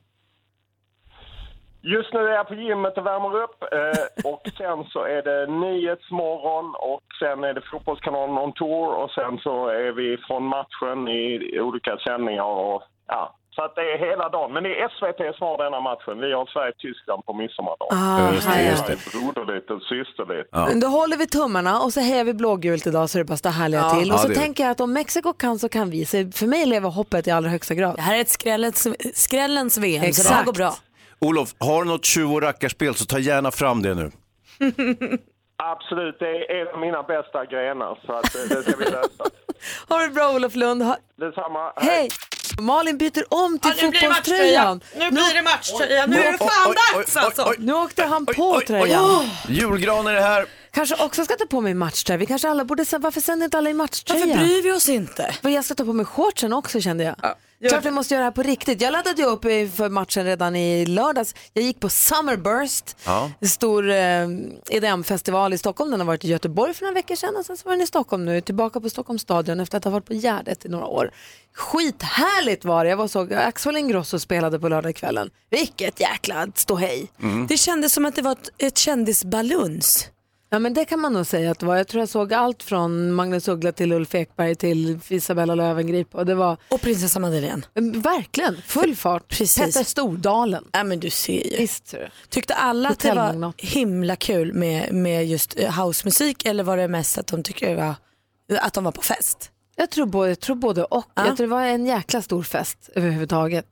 Just nu är jag på gymmet och värmer upp eh, och sen så är det Nyhetsmorgon och sen är det Fotbollskanalen on tour och sen så är vi från matchen i olika sändningar och ja. Så att det är hela dagen. Men det är SVT som har denna matchen. Vi har Sverige-Tyskland på midsommardag.
Ah, Just det, just
det. Broderligt och systerligt.
Då håller vi tummarna och så hejar vi blågult idag så det bara står härliga
Ja.
till. Och
Ja,
så
det-
tänker jag att om Mexiko kan så kan vi. Så för mig lever hoppet i allra högsta grad.
Det här är ett skrällens, skrällens VM, så det här
Exakt.
går bra.
Olof, har du något tjuv och rackarspel så ta gärna fram det nu.
Absolut, det är en av mina bästa grenar så att eh, det ska vi lösa.
[LAUGHS] Ha det bra Olof Lund. Ha...
Detsamma.
Hej! Malin byter om till
Ja, nu blir det
fotbollströjan.
matchtröja. Nu blir det matchtröja. Nu är det fan dags, alltså.
Nu åkte han på
Oj,
tröjan.
julgranen är här.
Kanske också ska ta på mig matchtröja. Vi kanske alla borde säga, varför sänder inte alla i matchtröja?
Varför bryr vi oss inte?
För jag ska ta på mig shortsen också kände jag. Klart vi måste göra det här på riktigt. Jag laddade ju upp eh, för matchen redan i lördags. Jag gick på Summerburst.
Ja.
En stor eh, EDM-festival i Stockholm. Den har varit i Göteborg för några veckor sedan och sen så var den i Stockholm nu. Tillbaka på Stockholms stadion efter att ha varit på Gärdet i några år. Skithärligt var det. Jag var såg Axel Ingrosso spelade på lördagskvällen. Vilket jäkla ståhej.
Mm. Det kändes som att det var ett, ett kändisbaluns.
Ja men det kan man nog säga att det var. Jag tror jag såg allt från Magnus Uggla till Ulf Ekberg till Isabella Löwengrip och det var...
Och prinsessa Madeleine.
Verkligen, full fart. Petter Stordalen.
Ja men du ser ju.
Visst ser du.
Tyckte alla att det var
Hotellmagnat.
himla kul med, med just eh, housemusik eller var det mest att de tycker det var, att de var på fest?
Jag tror både, jag tror både och. Jag tror det var en jäkla stor fest överhuvudtaget.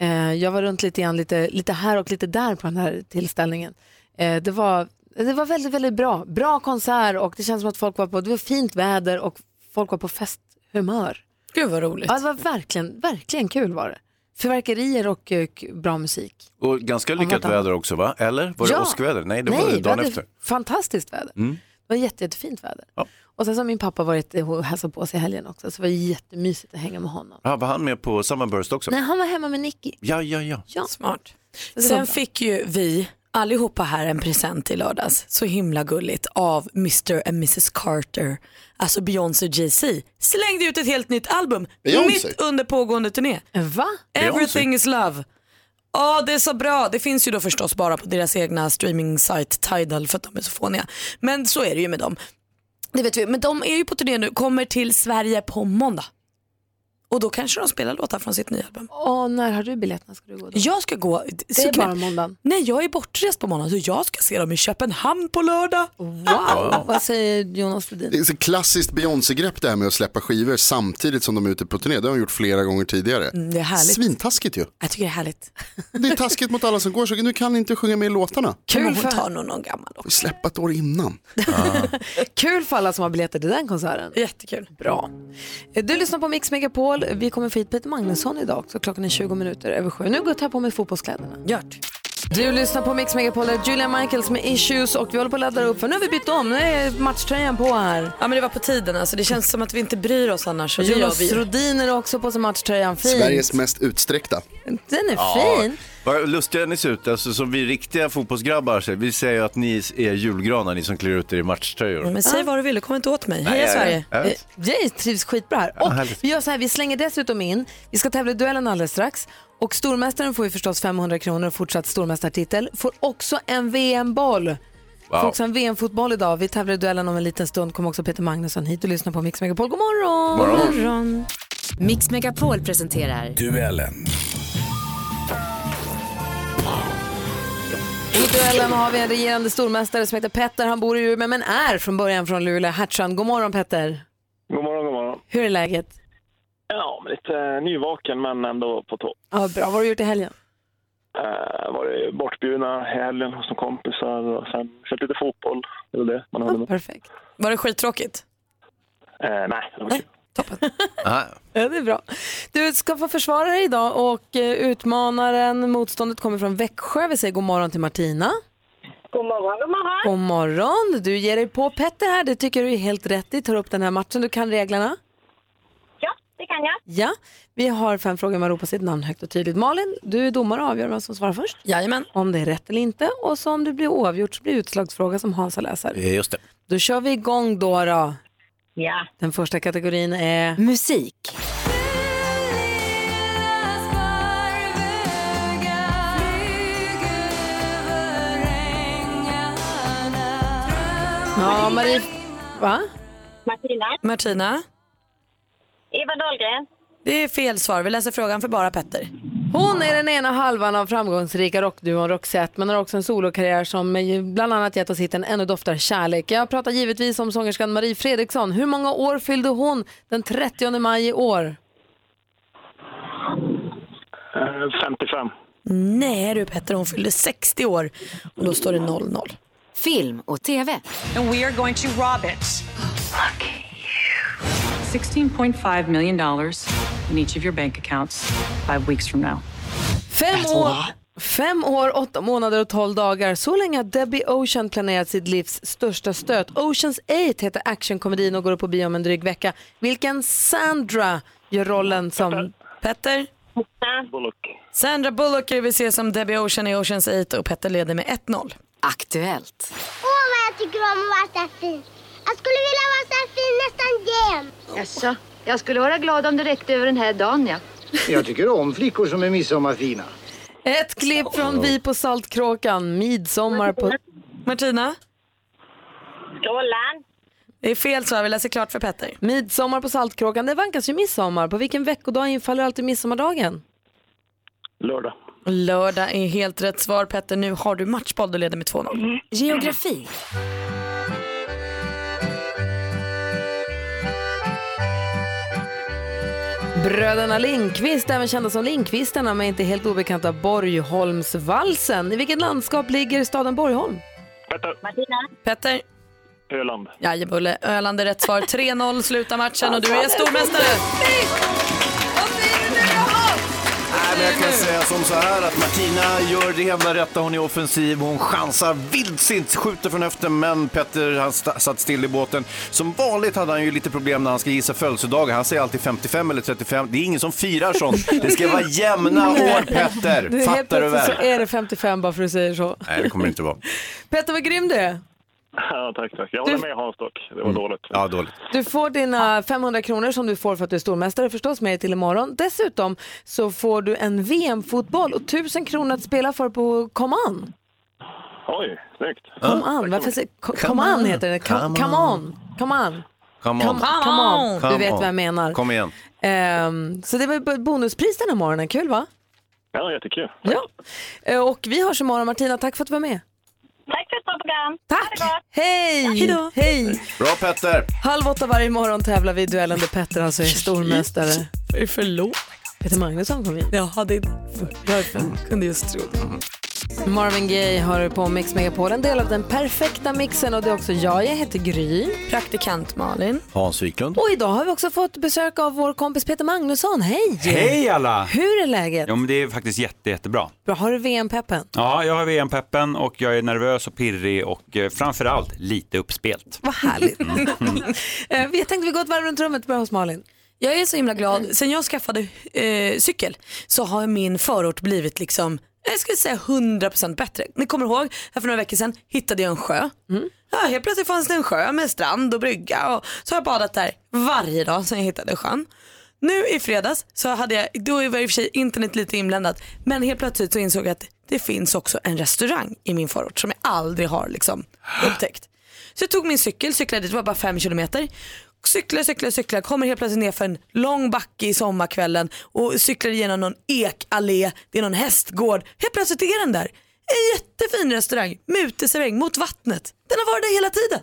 Eh, jag var runt lite grann, lite, lite här och lite där på den här tillställningen. Eh, det, var, det var väldigt, väldigt bra. Bra konsert och det känns som att folk var på, det var fint väder och folk var på festhumör.
Gud vad roligt.
Ja, det var verkligen, verkligen kul var det. Fyrverkerier och, eh, k- bra musik.
Och ganska
Om
lyckat
något annat.
väder också va? Eller var det
Ja.
åskväder? Nej, det
Nej,
var det
vi
dagen
hade
efter.
Fantastiskt väder.
Mm.
Det var jätte, jättefint väder. Och sen så har min pappa varit eh, och hälsat på sig i helgen också, så det var jättemysigt att hänga med honom.
Ja, var han med på Summerburst också?
Nej, han var hemma med Nicky.
Ja, ja, ja.
Ja.
Smart.
var
Sen
bra.
fick ju vi allihopa här en present i lördags, så himla gulligt, av Mr and Mrs Carter, alltså Beyoncé och Jay-Z. Slängde ut ett helt nytt album
Beyoncé?
mitt under pågående turné.
Va?
Everything is love. Ja, det är så bra. Det finns ju då förstås bara på deras egna streaming-site Tidal för att de är så fåniga. Men så är det ju med dem. Det vet vi. Men de är ju på turné nu, kommer till Sverige på måndag. Och då kanske de spelar låtar från sitt nya album.
Och när har du biljetterna? Ska du gå då?
Jag ska gå...
Det är bara måndagen.
Nej, jag är bortrest på måndag så jag ska se dem i Köpenhamn på lördag.
Wow. Vad säger Jonas Rhodin?
Det är ett klassiskt Beyoncé-grepp det här med att släppa skivor samtidigt som de är ute på turné. Det har de gjort flera gånger tidigare.
Mm, det är härligt.
Svintaskigt ju.
Jag tycker det är härligt.
Det är taskigt mot alla som går så nu kan ni inte sjunga med i låtarna.
Kul Men hon för- tar nog någon gammal också.
Släpp ett år innan.
Kul för alla som har biljetter till den konserten.
Jättekul.
Bra. Eh, Du lyssnar på Mix Megapol. Vi kommer få hit Peter Magnusson idag. Så klockan är 20 minuter över sju. Nu går jag på mig fotbollskläderna.
Gjort.
Du lyssnar på Mix Megapol. Det är Julia Michaels med Issues och vi håller på att ladda upp för nu har vi bytt om. Nu är matchtröjan på här.
Ja men det var på tiden alltså. Det känns som att vi inte bryr oss annars. Och det gör
Jonas
vi.
Rhodin är också på sig matchtröjan. Fint.
Sveriges mest utsträckta.
Den är fin.
Vad lustiga ni ser ut, alltså, som vi riktiga fotbollsgrabbar, säger. vi säger ju att ni är julgranar, ni som klär ut er i matchtröjor.
Men säg vad du vill, kom inte åt mig.
Nej,
Heja
jag-
Sverige.
jag vet.
Jag Eh, trivs skitbra här.
Ja,
Och
härligt.
vi gör så här, vi slänger dessutom in, vi ska tävla i duellen alldeles strax. Och stormästaren får ju förstås 500 kronor och fortsatt stormästartitel. Får också en VM-boll.
Wow.
Får också en VM-fotboll idag. Vi tävlar i duellen om en liten stund. Kommer också Peter Magnusson hit och lyssnar på Mix Megapol. God morgon!
God morgon.
Mix Megapol presenterar
Duellen.
I duellen har vi en regerande stormästare som heter Petter. Han bor i Umeå men är från början från Luleå, Hertsön. God morgon Petter!
God morgon, god morgon.
Hur är läget?
Ja, men lite eh, nyvaken men ändå på topp.
Ja, bra. Vad har du gjort i helgen?
Eh, varit bortbjudna i helgen hos några kompisar och sen kört lite fotboll. Det är väl det man håller med.
Perfekt.
Var det skittråkigt?
Eh, nej, det var kul.
Ja, det är bra. Du ska få försvara dig idag och eh, utmanaren, motståndet kommer från Växjö. Vi säger god morgon till Martina.
God morgon, god morgon.
God morgon. Du ger dig på Petter här. Det tycker du är helt rätt i. Tar upp den här matchen. Du kan reglerna.
Ja, det kan jag.
Ja, vi har fem frågor. Man ropar sitt namn högt och tydligt. Malin, du är domare och avgör vem som svarar först.
Jajamän.
Om det är rätt eller inte. Och så om det blir oavgjort så blir det utslagsfråga som Hansa läser.
Eh, Just det.
Då kör vi igång då. då.
Ja.
Den första kategorin är... Musik. Ja, Marie... Va?
Martina.
Martina,
Eva Dahlgren.
det är fel svar. Vi läser frågan för bara Petter.
Hon är den ena halvan av framgångsrika rockduon Roxette men har också en solokarriär som eh, bland annat gett oss hiten Ännu doftar kärlek. Jag pratar givetvis om sångerskan Marie Fredriksson. Hur många år fyllde hon den 30 maj i år?
Eh, 55.
Nej du Petter, hon fyllde 60 år och då står det 0-0. Film och TV.
And we are going to rob it. $16.5 million in each of your bank accounts five weeks from now.
Fem
That's a
år,
lot.
fem år, åtta månader och tolv dagar. Så länge har Debbie Ocean planerat sitt livs största stöt. Oceans 8 heter actionkomedin och går upp på bio om en dryg vecka. Vilken Sandra gör rollen som...
Petter? Sandra Bullock är det vi ser som Debbie Ocean i Oceans 8 och Petter leder med 1-0. Aktuellt.
Åh, vad jag tycker om att vara så här fin. Jag skulle vilja vara så här fin nästan jämt. Jaså? Jag skulle vara glad om det räckte över den här dagen, ja.
Jag tycker om flickor som är midsommarfina.
Ett klipp från Vi på Saltkråkan, midsommar på...
Martina?
Strålan.
Det är fel svar, vi läser klart för Petter.
Midsommar på Saltkråkan, det vankas ju midsommar. På vilken veckodag infaller alltid midsommardagen?
Lördag.
Lördag är helt rätt svar Petter. Nu har du matchboll, du leder med 2-0. Mm. Geografi.
Bröderna Lindqvist, även kända som Lindqvisterna men inte helt obekanta Borgholmsvalsen. I vilket landskap ligger staden Borgholm?
Petter.
Martina.
Petter.
Öland.
Jajebulle, Öland är rätt svar. 3-0 slutar matchen och du är stormästare.
Nej, men jag kan säga som så här att Martina gör det enda rätta. Hon är offensiv, hon chansar vildsint, skjuter från höften. Men Petter, han sta- satt still i båten. Som vanligt hade han ju lite problem när han ska gissa födelsedagar. Han säger alltid 55 eller 35. Det är ingen som firar sånt. Det ska
[LAUGHS]
vara jämna år,
Du,
Petter.
helt
Fattar du
plötsligt
väl?
så är det 55 bara för att du säger så.
Nej, det kommer det inte vara.
Petter, vad grym du är.
Ja, tack, tack. Jag håller med Hans dock. Det var dåligt.
Mm. Ja, dåligt.
Du får dina 500 kronor som du får för att du är stormästare förstås med dig till imorgon. Dessutom så får du en VM-fotboll och 1000 kronor att spela för på Come On.
Oj, snyggt.
Come On, varför säger Come,
Come
on.
On.
heter den. Come,
Come
come
On.
on. Come on.
Come on.
Come, come on.
Come
Du vet
on.
vad jag menar.
Kom igen.
Ehm, så det var ju bonuspris den här morgonen. Kul va?
Ja, jättekul.
Ja. Eh, Och vi hörs imorgon Martina. Tack för att du var med.
Tack för ett bra program.
Tack! Hej!
Hejdå.
Hej!
Bra Petter!
Halv åtta varje morgon tävlar vi i duellen där Petter alltså är stormästare.
Jag är förlorad.
Peter Magnusson kom Mm. hit.
Ja, det är därför. Jag kunde just tro det.
Marvin Gaye hör på Mix Megapol, en del av den perfekta mixen och det är också jag. Jag heter Gry.
Praktikant Malin.
Hans Wiklund.
Och idag har vi också fått besök av vår kompis Peter Magnusson. Hej!
Hej alla!
Hur är läget?
Jo, men det är faktiskt jätte, jättebra.
Bra, har du VM-peppen?
Ja, jag har VM-peppen och jag är nervös och pirrig och eh, framförallt lite uppspelt.
Vad härligt. Eh, Jag tänkte vi går ett varv runt rummet och börjar hos Malin. Mm.
Jag är så himla glad. Sen jag skaffade eh, cykel så har min förort blivit liksom, jag skulle säga 100% bättre. Ni kommer ihåg, här för några veckor sedan hittade jag en sjö.
Mm.
Ja, helt plötsligt fanns det en sjö med strand och brygga och så har jag badat där varje dag sedan jag hittade sjön. Nu i fredags så hade jag, då var i och för sig internet lite inblandat, men helt plötsligt så insåg jag att det finns också en restaurang i min förort som jag aldrig har liksom upptäckt. Så jag tog min cykel, cyklade dit, det var bara fem kilometer. Cyklar, cyklar, cyklar, kommer helt plötsligt ner för en lång backe i sommarkvällen och cyklar igenom någon ekallé, det är någon hästgård. Helt plötsligt är den där. En jättefin restaurang med uteservering mot vattnet. Den har varit där hela tiden.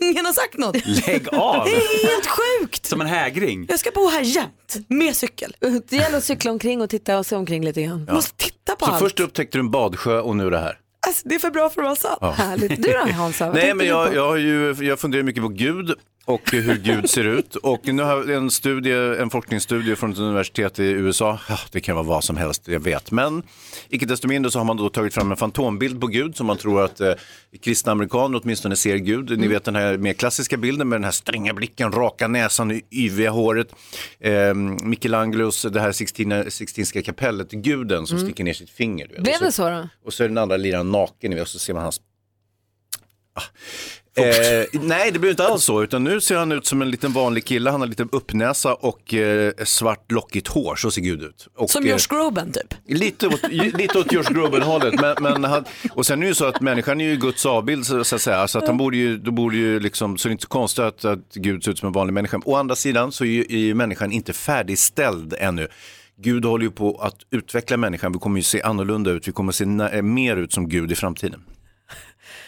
Ingen har sagt något.
Lägg av!
Det är helt sjukt.
Som en hägring.
[LAUGHS] Jag ska bo här jämt med cykel.
[LAUGHS] Det gäller att cykla omkring och titta och se omkring lite grann.
Ja. Måste
titta
Så först upptäckte du en badsjö och nu det här.
Alltså, det är för bra för att vara sant.
Ja.
Härligt. Du
[LAUGHS]
då Hansa? Alltså. vad
Nej,
tänkte
men
du
jag,
på?
jag, har ju, jag funderar mycket på Gud och hur Gud ser ut. Och nu har jag en, studie, en forskningsstudie från ett universitet i USA. Ja, Det kan vara vad som helst, jag vet. Men icke desto mindre så har man då tagit fram en fantombild på Gud som man tror att eh, kristna amerikaner åtminstone ser Gud.
Mm.
Ni vet den här mer klassiska bilden med den här stränga blicken, raka näsan, yviga håret. Eh, Michelangelos, det här Sixtina, Sixtinska kapellet, guden
Mm.
som sticker ner sitt finger. du vet.
Blev
Och
det så då?
och så är den andra liraren naken och så ser man hans... Ah. Eh, nej, det blir inte alls så, utan nu ser han ut som en liten vanlig kille. Han har lite uppnäsa och eh, svart lockigt hår, så ser Gud ut. Och,
Som
eh,
Josh Groban typ.
Lite åt, ju- lite åt Josh Groban-hållet. Men, men han, och sen är det ju så att människan är ju Guds avbild så, så att säga. Så att han borde ju, då borde ju liksom, så det är inte så konstigt att, att Gud ser ut som en vanlig människa. Å andra sidan så är ju, är ju människan inte färdigställd ännu. Gud håller ju på att utveckla människan. Vi kommer ju se annorlunda ut. Vi kommer se na- eh, mer ut som Gud i framtiden.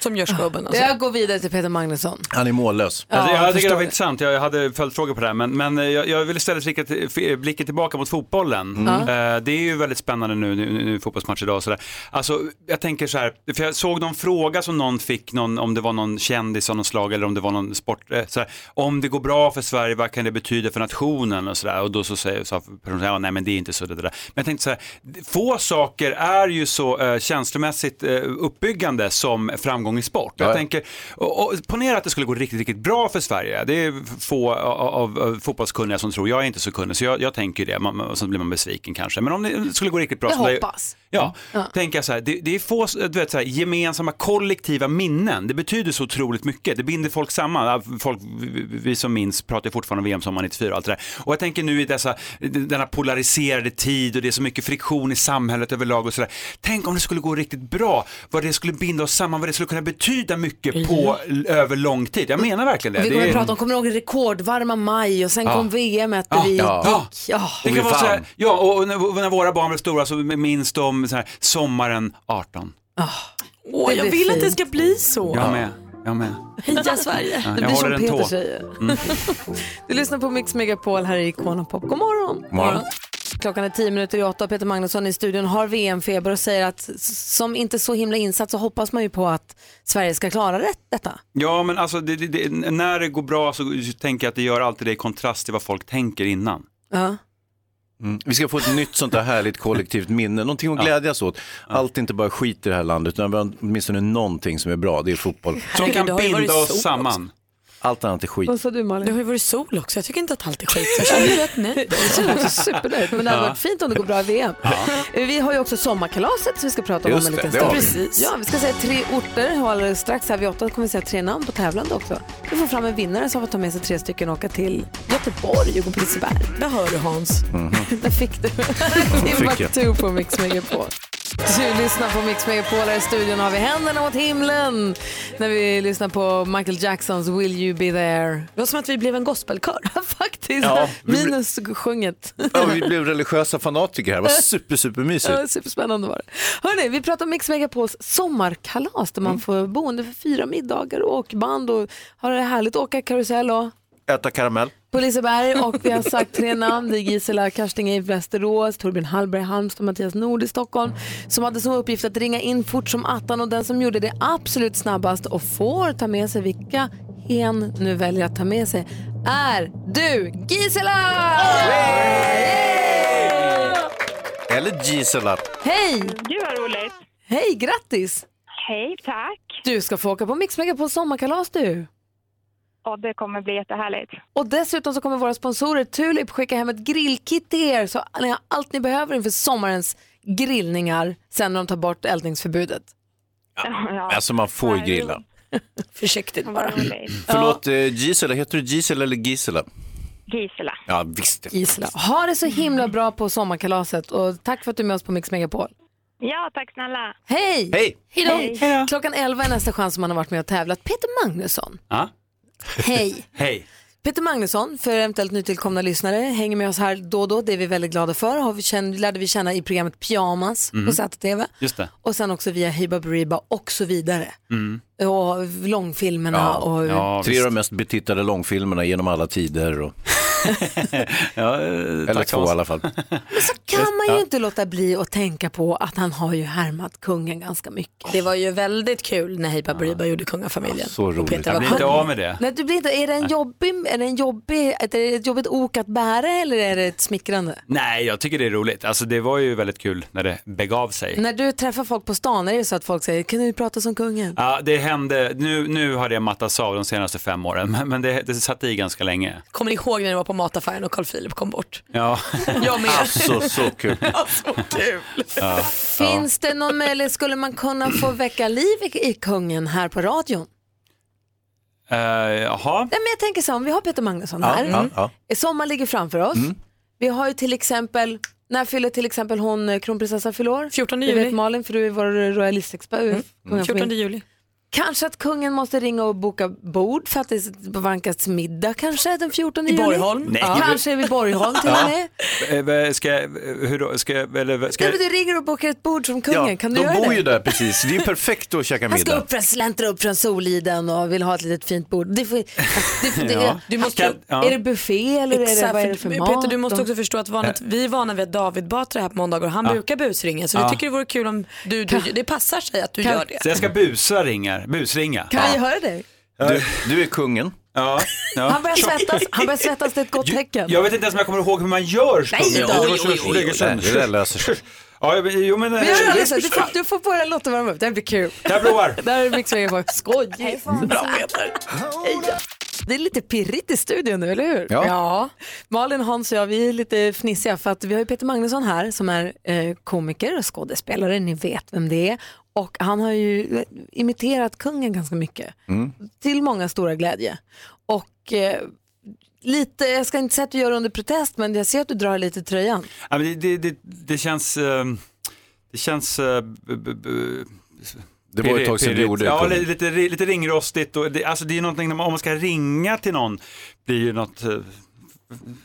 Som Josh Groban alltså.
Jag går vidare till Peter Magnusson.
Han är mållös.
Alltså,
Ja, jag
jag tycker det
förstår
var intressant, jag hade följdfrågor på det här, men, men eh, jag, jag vill istället blicka, till, f- blicka tillbaka mot fotbollen.
Mm. Ja.
Eh, det är ju väldigt spännande nu, nu, nu fotbollsmatch idag och sådär. Alltså, jag tänker så här, för jag såg någon fråga som någon fick, någon, om det var någon kändis av något slag eller om det var någon sport, eh, så här, om det går bra för Sverige, vad kan det betyda för nationen och sådär. Och då så säger- sa personen, ja nej men det är inte så det där. Men jag tänkte så här, få saker är ju så eh, känslomässigt eh, uppbyggande som framgång i sport. Jag
Ja.
tänker tänker, och, och, ponera att det skulle gå riktigt, riktigt bra för Sverige. Det är få av, av fotbollskunniga som tror, jag är inte så kunnig, så jag, jag tänker det, man, man- och så blir man besviken kanske. Men om det skulle gå riktigt bra.
Jag
som det-
hoppas.
Ja, tänker jag så här, det, det är få du vet, så här, gemensamma kollektiva minnen, det betyder så otroligt mycket, det binder folk samman. Ja, Folk, vi- vi som minns pratar ju fortfarande om VM sommaren 94 och allt det där. Och jag tänker nu i dessa, denna polariserade tid och det är så mycket friktion i samhället överlag och sådär. Tänk om det skulle gå riktigt bra, vad det skulle binda oss samman, vad det skulle kunna betyda mycket på, över lång tid. Jag menar verkligen det.
Vi
det
kommer
är-
att prata om, kommer ni ihåg rekordvarma maj och sen
Ja.
kom VM där
Ja.
vi
Ja.
gick. Ja.
Det kan
vi
vara så här,
vann.
ja, och när, och när våra barn blev stora så minns de så här, sommaren 18.
Åh, jag
blir
vill att det
fint.
ska bli så.
Jag med, jag med.
Heja Sverige.
Ja, jag
det blir
håller
som
en
Peter
tå.
säger.
Mm.
[LAUGHS] Du lyssnar på Mix Megapol här i Icon och Pop. God morgon.
God morgon.
Klockan är tio minuter i åtta och Peter Magnusson i studion har VM-feber och säger att s- som inte så himla insatt så hoppas man ju på att Sverige ska klara rätt, detta.
Ja, men alltså det, det, det, när det går bra så tänker jag att det gör alltid det i kontrast till vad folk tänker innan.
Ja.
Mm. Vi ska få ett nytt sånt där härligt kollektivt minne, någonting att glädjas åt. Allt är inte bara skit i det här landet, utan vi har åtminstone någonting som är bra, det är fotboll.
Som kan
det har ju
binda
varit
oss
sol
samman.
Allt annat är skit.
sa du Malin?
Det har ju varit sol också, jag tycker inte att allt är skit. Jag känner mig rätt
[LAUGHS]
nöjd.
Jag känner mig också supernöjd, men det hade
Ja.
varit fint om det går bra i VM. Vi har ju också sommarkalaset som vi ska prata om
Just
om en
det,
liten
det
stund.
har vi. Precis.
Ja, vi ska säga tre orter och alldeles strax här vid åtta kommer vi säga tre namn på tävlande också. Vi får fram en vinnare som får ta med sig tre stycken och åka till Göteborg och gå på Liseberg.
Där hör du Hans.
Där fick du.
fick jag.
Timbuktu på Mix Megapol. Du lyssnar på Mix Megapol. Här i studion har vi händerna åt himlen när vi lyssnar på Michael Jacksons Will You Be There.
Det var som att vi blev en gospelkör.
[LAUGHS] Faktiskt.
Ja, vi blev-
Minus sjunget.
Ja, vi blev religiösa fanatiker här.
[LAUGHS]
Det var super, supermysigt.
Ja, superspännande var det. Hörrni, vi pratar om Mix Megapols sommarkalas
Mm.
där man får boende för fyra middagar och åkband och har det härligt, åka karusell och
Äta karamell.
på Liseberg och vi har sagt tre namn. Det är Gisela Karstinge i Västerås, Torbjörn Hallberg i Halmstad, Mattias Nord i Stockholm som hade som uppgift att ringa in fort som attan och den som gjorde det absolut snabbast och får ta med sig vilka hen nu väljer att ta med sig är du Gisela!
Eller Gisela.
Hej!
Gud vad roligt.
Hej, grattis!
Hej, tack.
Du ska få åka på Mix på sommarkalas du.
Och det kommer bli jättehärligt.
Och dessutom så kommer våra sponsorer Tulip skicka hem ett grillkit till er så ni har allt ni behöver inför sommarens grillningar sen när de tar bort eldningsförbudet.
Alltså man får ju grilla.
Försiktigt bara.
Förlåt, eh, Gisela, heter du Gisela eller Gisela?
Gisela.
Ja, visst. det.
Gisela, ha det så himla bra på sommarkalaset och tack för att du är med oss på Mix Megapol.
Ja, tack snälla.
Hej!
Hej!
Hej då.
Hej. Hej då.
Klockan 11 är nästa chans man har varit med och tävlat. Peter Magnusson,
Ja.
hej!
Hej.
Peter Magnusson, för eventuellt nytillkomna lyssnare, hänger med oss här då och då. Det är vi väldigt glada för. Har vi känd, lärde vi känna i programmet Pyjamas
Mhm.
Mm.
på ZTV.
Just det.
Och sen också via Hey Baberiba och så vidare.
Mm.
Och långfilmerna och...
Tre av de mest betittade långfilmerna genom alla tider.
[LAUGHS]
Och...
eh,
eller två i alla fall.
Mm. kan man ju
Ja.
inte låta bli att tänka på att han har ju härmat kungen ganska mycket.
Det var ju väldigt kul när Hej Baberiba gjorde Kungafamiljen.
Så roligt.
Peter Jag blir var inte kung. av med det.
Nej, du blir inte, är det en
Nej.
jobbig, är det en jobbig, är det ett jobbigt ok att bära eller är det ett smickrande?
Nej, jag tycker det är roligt. Alltså det var ju väldigt kul när det begav sig.
När du träffar folk på stan, är det så att folk säger kan du prata som kungen?
Ja, det hände, nu, nu har det mattats av de senaste fem åren, [LAUGHS] men, men det, det satt i ganska länge.
Kommer ni ihåg när ni var på mataffären och Carl Philip kom bort?
[LAUGHS]
Ja.
Jag med.
Alltså, så kul.
Alltså, kul.
Ja.
Finns det någon möjlighet, skulle man kunna få väcka liv i, i kungen här på radion?
Eh, Jaha.
Nej, men jag tänker så här, om vi har Peter Magnusson
Ja,
här,
ja, ja. Mm.
sommar ligger framför oss. Vi har ju till exempel, när fyller till exempel hon eh, kronprinsessan fyller år? 14
juli.
Du vet Malin, för du är vår royalistexpert. kungafamilj.
14 juli.
Kanske att kungen måste ringa och boka bord för att det är- vankas middag kanske den 14
I
juli.
Borgholm?
Nej.
Ja. Kanske är vi i Borgholm till och med.
Eh, eh, Ska, jag- hur då, ska, jag- eller, ska,
Nej,
jag-
men du ringer och bokar ett bord som kungen,
Ja,
kan du
de
göra
bor
det?
ju där precis. Det är ju perfekt att käka
Han ska
middag.
upp från, släntra upp från Soliden och vill ha ett litet fint bord. Det får, det får, det,
Ja.
du måste,
Kan- ja.
Är det buffé eller är det, vad är det för mat?
Peter, du måste
Och-
också förstå att vanligt, vi är vana vid att David Batra är här på måndagar och han
Ja.
brukar busringa. Så
Ja.
vi tycker det vore kul om du, du det passar sig att du gör det.
Så jag ska busa ringar, busringa.
Kan vi höra dig?
Du, är kungen. Ja. ja.
Han börjar svettas, han börjar svettas, det är ett gott tecken.
Jag vet inte ens om jag kommer ihåg hur man gör
Nej,
kungen.
då.
Det var
Oj,
så
oj, oj,
länge
oj.
sedan.
Nej, det där löser sig.
[LAUGHS] Ja, jag- jo, men... eh,
Men jag gör det så, här, du får, du får börja låta varma upp, det här blir kul.
Jag provar.
Det här är Mix Megapol, skojigt.
Bra Peter.
Det är lite pirrigt i studion nu, eller hur?
Ja.
Malin, Hans och jag, vi är lite fnissiga för att vi har ju Peter Magnusson här som är eh, komiker och skådespelare, ni vet vem det är. Och han har ju eh, imiterat kungen ganska mycket,
Mm.
till många stora glädje. Och eh, lite, jag ska inte säga att du gör det under protest, men jag ser att du drar lite i tröjan.
Ja, men det, det, det, det känns... eh, Det känns... eh, b- b- b-
Det var ett tag sedan du
pirrigt.
gjorde det,
Ja,
kungen.
li- lite, ri- lite ringrostigt. Och det, alltså det är någonting, när man- om man ska ringa till någon, blir ju något... eh,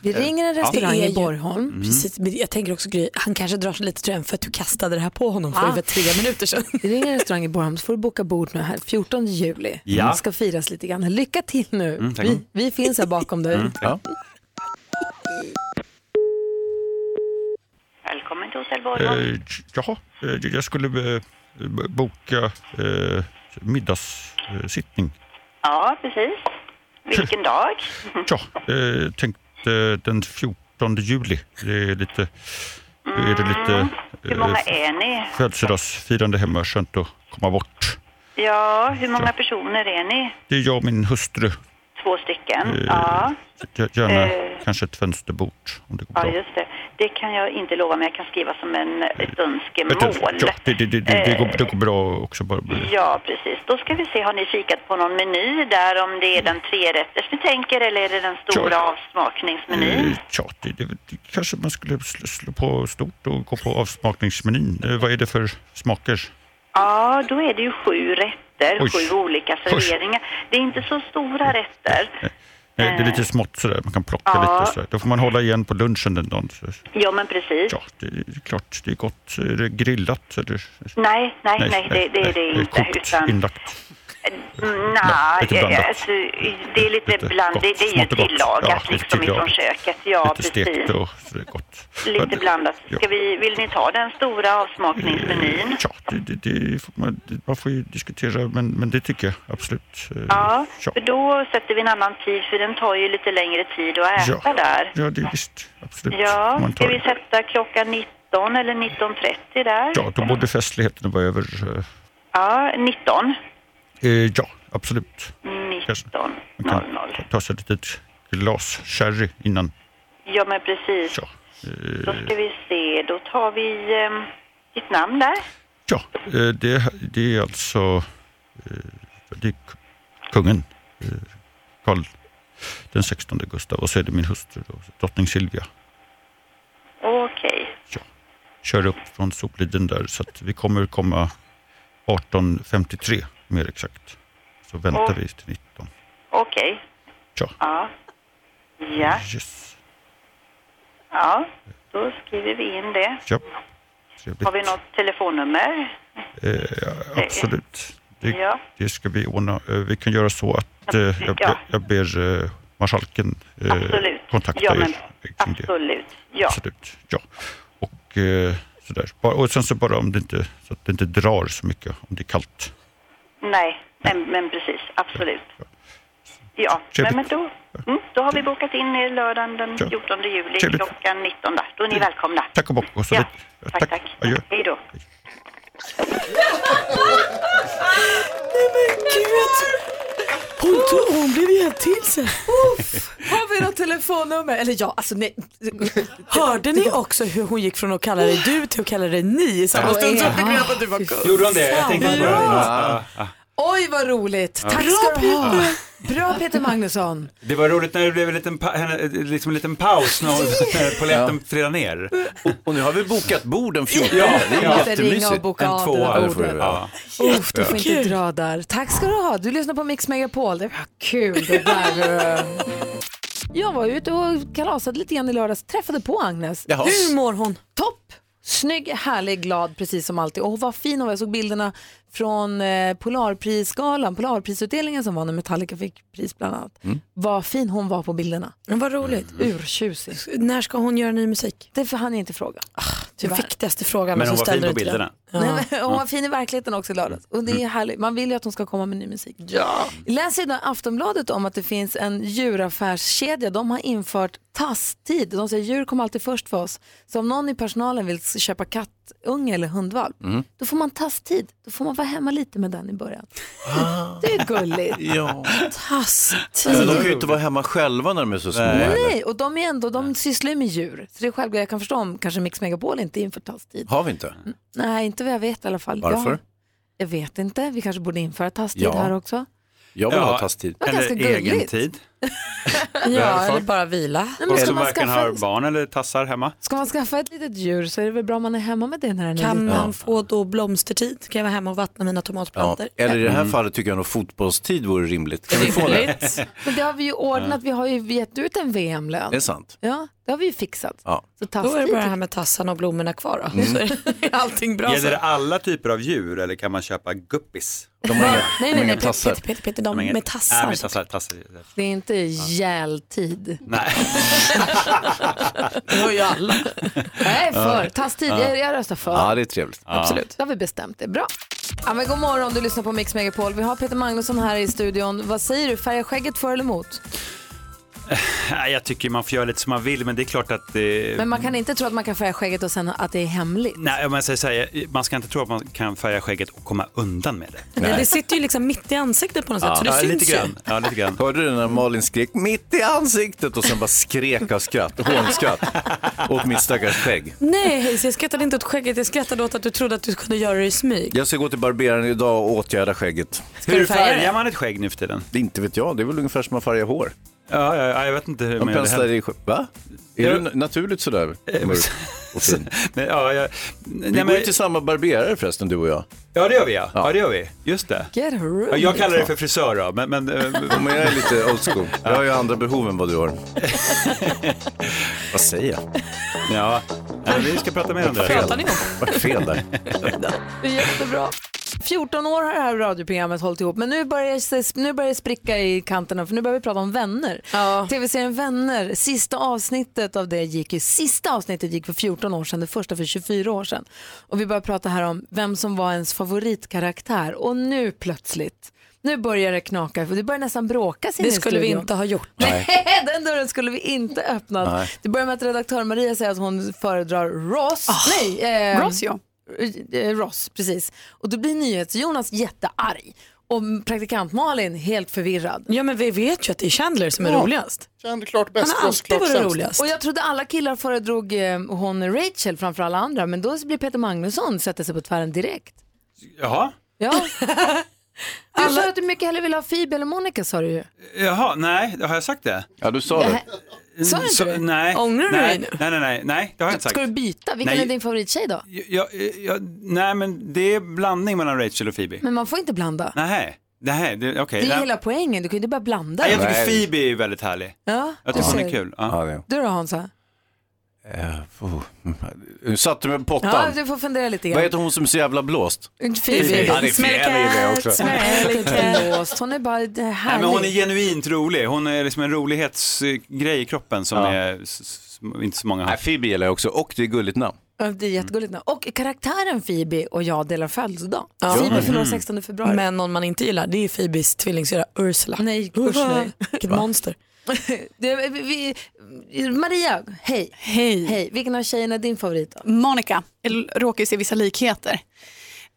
Vi
eh,
ringer en
ja.
restaurang
Det är
i
ju-
Borgholm.
Mm.
Precis, men jag tänker också Gry, han kanske drar sig lite tröjan för att du kastade det här på honom för
Ah.
över tre minuter sedan.
Vi ringer en restaurang i Borgholm så får du boka bord nu här 14 juli.
Ja.
Det ska firas lite grann. Lycka till nu.
Mm, tack.
vi, vi finns här bakom dig.
Mm,
ja.
Välkommen till Hotell Borgholm.
Eh, jaha, eh, jag skulle eh, b- boka eh, middagssittning.
Ja, precis. Vilken dag?
Ja, eh, tänkte den 14 juli. Det är lite... då Är det lite
Mm. Hur många
eh,
är ni?
Födelsedagsfirande hemma, skönt att komma bort.
Ja, hur många personer är ni?
Det är jag och min hustru.
Två stycken?
Eh,
Ja,
Gärna
Eh.
kanske ett fönsterbord om det går
ja
bra.
just det. det kan jag inte lova, men jag kan skriva som en, ett önskemål.
Ja, det, det, det, det, går, det går bra också. Bara.
Ja, precis. Då ska vi se, har ni kikat på någon meny där om det är den trerätters ni tänker eller är det den stora avsmakningsmenyn?
Eh, Tja, det, det, det, kanske man skulle slå, slå på stort och gå på avsmakningsmenyn. Eh, vad är det för smaker?
Ja, då är det ju sju rätter,
Oj.
sju olika serveringar. Det är inte så stora rätter.
Nej, Eh, det är lite smått sådär, man kan plocka
Eh. Ja.
lite. Sådär. Då får man hålla igen på lunchen den dagen. Så,
Ja, men precis.
ja, det är klart, det är gott. Är det grillat eller?
Nej, nej, nej, det, det är det inte.
Kokt,
Utan, Mm,
inlagt.
Nej,
lite blandat.
alltså, det är lite blandat. Det, det är ju
smått och gott. Ja,
tillagat
lite
liksom
tillagat.
ifrån köket. Ja,
lite stekt
precis.
och sådär gott.
Lite blandat. Ska vi, vill ni ta den stora avsmakningsmenyn?
Ja, det, det, det får man, det, man får ju diskutera, men, men det tycker jag absolut. Eh,
Ja, för då sätter vi en annan tid för den tar ju lite längre tid att äta
ja.
där.
Ja, det, visst. Absolut.
Ja,
Man
ska
tar,
vi sätta klockan 19 eller 19.30 där?
ja, då borde festligheten vara över. eh,
Ja, 19.
Eh, ja, absolut.
19.
Man kan ta sig ett litet glas sherry innan.
Ja, men precis.
eh.
Då ska vi se, då tar vi eh, ditt namn där.
Ja, eh, det, det är alltså eh, det är k- kungen, eh, Karl den 16 Gustav och så är det min hustru, då, drottning Silvia.
Okej.
Kör upp från Sopliden där så att vi kommer komma 18.53 mer exakt. Så väntar
Åh.
vi till 19.
Okej.
Ja.
Ja. Ja.
Yes.
ja, då skriver vi in det.
Ja. Trevligt.
Har vi något telefonnummer?
Eh, absolut. Det,
Ja.
det ska vi ordna. Eh, vi kan göra så att eh, jag,
Ja.
be- jag ber eh, marskalken eh,
Absolut.
kontakta
ja, men,
er.
absolut. Ja.
Absolut, ja. Och, eh, sådär. Bara- och sen så bara om det, inte, så att det inte drar så mycket, om det är kallt.
Nej, men, men precis. Absolut. Ja,
Trevligt.
men, men då, mm, då har vi bokat in er lördagen den
Ja.
14 juli
Trevligt. Mm.
klockan 19. Där. Då är ni välkomna.
Tack och bock. Och så
Ja,
lite-
tack, tack.
Adjö.
Hej då.
Nej men gud! Hon, tog, hon blev ju helt till sig.
Har vi något telefonnummer? Eller ja, alltså nej.
Hörde ni också hur hon gick från att kalla dig du till att kalla dig ni i samma stund? Så jag fick reda på att du var kung.
Gjorde hon det? Jag tänkte bara...
Ja.
Ah, ah.
Oj vad roligt.
Ja.
Tack ska du ha. Bra Peter Magnusson.
Det var roligt när det blev en liten, pa- henne- liksom en liten
[LAUGHS]
paus när, hon- när polletten trillade ner. Och,
nu har vi bokat bord den
14.
Ja,
Det är
ja.
jättemysigt. Ringa och boka av
en
det
tvåa.
där
det får vi
bordet.
göra.
Uff, du får inte
Kul.
dra där. Tack ska du ha. Du lyssnar på Mix Megapol. Det var kul det
[LAUGHS]
där. Jag var ute och kalasade lite grann i lördags. Träffade på Agnes.
Jaha. Hur
mår hon? Topp! Snygg, härlig, glad precis som alltid. Och vad fin hon var. Jag såg bilderna från eh, Polarprisgalan, Polarprisutdelningen som var när Metallica fick pris bland annat.
Mm.
Vad fin hon var på bilderna.
Men vad roligt.
Urtjusig.
Mm. När ska hon göra ny musik?
Det hann jag inte fråga.
Den viktigaste frågan.
Men hon
så
var fin
ställde
på
du inte
bilderna.
den.
Nej, men hon var fin i verkligheten också i lördags. Och det är
Mm.
härligt. Man vill ju att hon ska komma med ny musik.
Ja.
Läs i dag Aftonbladet om att det finns en djuraffärskedja. De har infört tasstid. De säger djur kommer alltid först för oss. Så om någon i personalen vill köpa kattunge eller hundvalp,
Mm.
då får man tasstid. Då får man vara hemma lite med den i början. Det är gulligt.
[LAUGHS] Ja.
Tasstid.
Men de kan ju inte vara hemma själva när de är så små. heller.
Nej, och de, är ändå, de sysslar ju med djur. Så det är självklart, jag kan förstå om kanske Mix Megapol inte inför tasstid.
Har vi inte?
Nej, inte vad jag vet i alla fall.
Varför?
Jag, jag vet inte. Vi kanske borde införa tasstid
Ja.
här också.
Jag vill
Ja,
ha tasstid.
Det var ganska
Eller
gulligt.
egen tid.
Ja, eller bara vila.
men
Folk
ska
som
man
varken
skaffa-
har barn eller tassar hemma.
Ska man skaffa ett litet djur så är det väl bra om man är hemma med det när den är
Kan
liten.
man få då blomstertid? Kan jag vara hemma och vattna mina
Ja.
tomatplantor?
Eller i det
Mm.
här fallet tycker jag nog fotbollstid vore rimligt. Kan vi få det?
Men det har vi ju ordnat. Vi har ju gett ut en VM-lön.
Det är sant.
Ja, det har vi ju fixat.
Ja.
Så
Då är det
tasstid.
bara det här med tassarna och blommorna kvar då. Så är [LAUGHS] allting bra.
Gäller
så.
det alla typer av djur eller kan man köpa guppis?
De har inga- Nej, nej, de har inga nej, Peter, tassar.
Peter, Peter, Peter, de
har inga-
med tassar.
Nej, med tassar, tassar.
Det är inte gältid.
Nej. [LAUGHS]
Det har ju alla. Nej, för. Tasstid.
Ja.
Jag, jag röstar för.
Ja, det är trevligt.
Då har vi bestämt det. Bra. Ja, men god morgon, du lyssnar på Mix Megapol. Vi har Peter Magnusson här i studion. Vad säger du, färga skägget för eller emot?
Nej, jag tycker man får göra lite som man vill, men det är klart att... Eh,
Men man kan inte tro att man kan färga skägget och sen att det är hemligt.
Nej, om jag säger så här, man ska inte tro att man kan färga skägget och komma undan med det.
Nej. Det sitter ju liksom mitt i ansiktet på något sätt så det
ja,
syns
lite grann.
ju.
Ja, lite grann.
Hörde du när Malin skrek mitt i ansiktet och sen bara skrek av skratt, hånskratt, åt mitt stackars skägg.
Nej Hayes, jag skrattade inte åt skägget, jag skrattade åt att du trodde att du kunde göra det i smyg.
Jag ska gå till barberaren idag och åtgärda skägget.
Ska du Hur färga färgar det?
man ett skägg nu för tiden?
Inte vet jag, det är väl ungefär som man färgar hår.
Ja, ja, ja, jag vet inte hur
Man
man gör
penslar
det
i skägg. Va? Är
Ja.
du na- naturligt sådär mörk och fin?
nej, ja, jag,
Vi går ju till samma barberare förresten, du och jag.
Ja, det gör vi ja. ja. det gör vi. Just det.
Get a room.
Ja, jag kallar det för frisör då, men... [LAUGHS] men, eh,
Ja, men jag är lite old school. Jag har ju andra behov än vad du har. vad säger jag?
Ja, vi ska prata mer om det.
Pratar ni om?
Vart fel där.
Det är jättebra. 14 år har det här radioprogrammet hållit ihop men nu börjar, det se- nu börjar det spricka i kanterna för nu börjar vi prata om vänner. Tv-serien Vänner, sista avsnittet av det gick ju, sista avsnittet gick för 14 år sedan, det första för 24 år sedan. Och vi börjar prata här om vem som var ens favoritkaraktär och nu plötsligt, nu börjar det knaka, för det börjar nästan bråkas inne
Det
i
skulle vi
studion.
inte ha gjort.
Nej, [LAUGHS] den dörren skulle vi inte öppna.
Nej.
Det börjar med att redaktör Maria säger att hon föredrar
Ah.
Ross. Nej, eh,
Ross, ja.
eh, eh, Ross, precis. Och då blir NyhetsJonas jättearg och praktikant Malin helt förvirrad.
Ja men vi vet ju att det är Chandler som är
Ja.
roligast.
Chandler klart
bäst, Han har Ross alltid klart varit sämst. roligast.
Och jag trodde alla killar föredrog eh, hon Rachel framför alla andra, men då blir Peter Magnusson sätter sig på tvären direkt.
Jaha.
[LAUGHS] Ja. Du sa att du mycket hellre ville ha Phoebe eller Monica sa du ju.
Jaha, nej, har jag sagt det?
Ja, du sa
det. Sa du inte det?
Nej.
Ångrar du
nej,
dig nu?
Nej, nej, nej, nej, det har jag inte sagt.
Ska du byta? Vilken
Nej.
är din favorittjej då?
Jag, jag, nej, men det är blandning mellan Rachel och Phoebe.
Men man får inte blanda.
Nej, nej, det- okej.
Det är
Nej.
hela poängen, du kan ju inte bara blanda.
Nej, jag
det.
tycker Phoebe är väldigt härlig.
Ja,
Jag tycker
du
hon är
ser.
kul. Ja.
Du då Hansa?
Eh, oh. Nu satte du mig på pottan.
Ja, du får fundera lite
Vad
grann.
heter hon som är så jävla blåst?
Phoebe.
Ja, det är fel i det också. [LAUGHS]
Smällkatt. Hon är bara det är
Nej,
härlig.
men hon är genuint rolig. Hon är liksom en rolighetsgrej i kroppen som är, s- s- inte så många har. Nej,
Phoebe gillar jag också och det är gulligt namn.
Ja, Det är jättegulligt namn. Och karaktären Phoebe och jag delar födelsedag.
Ja.
Phoebe fyller år
Mm.
16 februari.
Men någon man inte gillar det är Phoebes tvillingsyrra Ursula.
Nej, usch nej.
Vilket
Va?
monster.
Det, vi, vi, Maria, hej.
Hej.
hej. Vilken av tjejerna är din favorit? Då?
Monica. Jag råkar ju se vissa likheter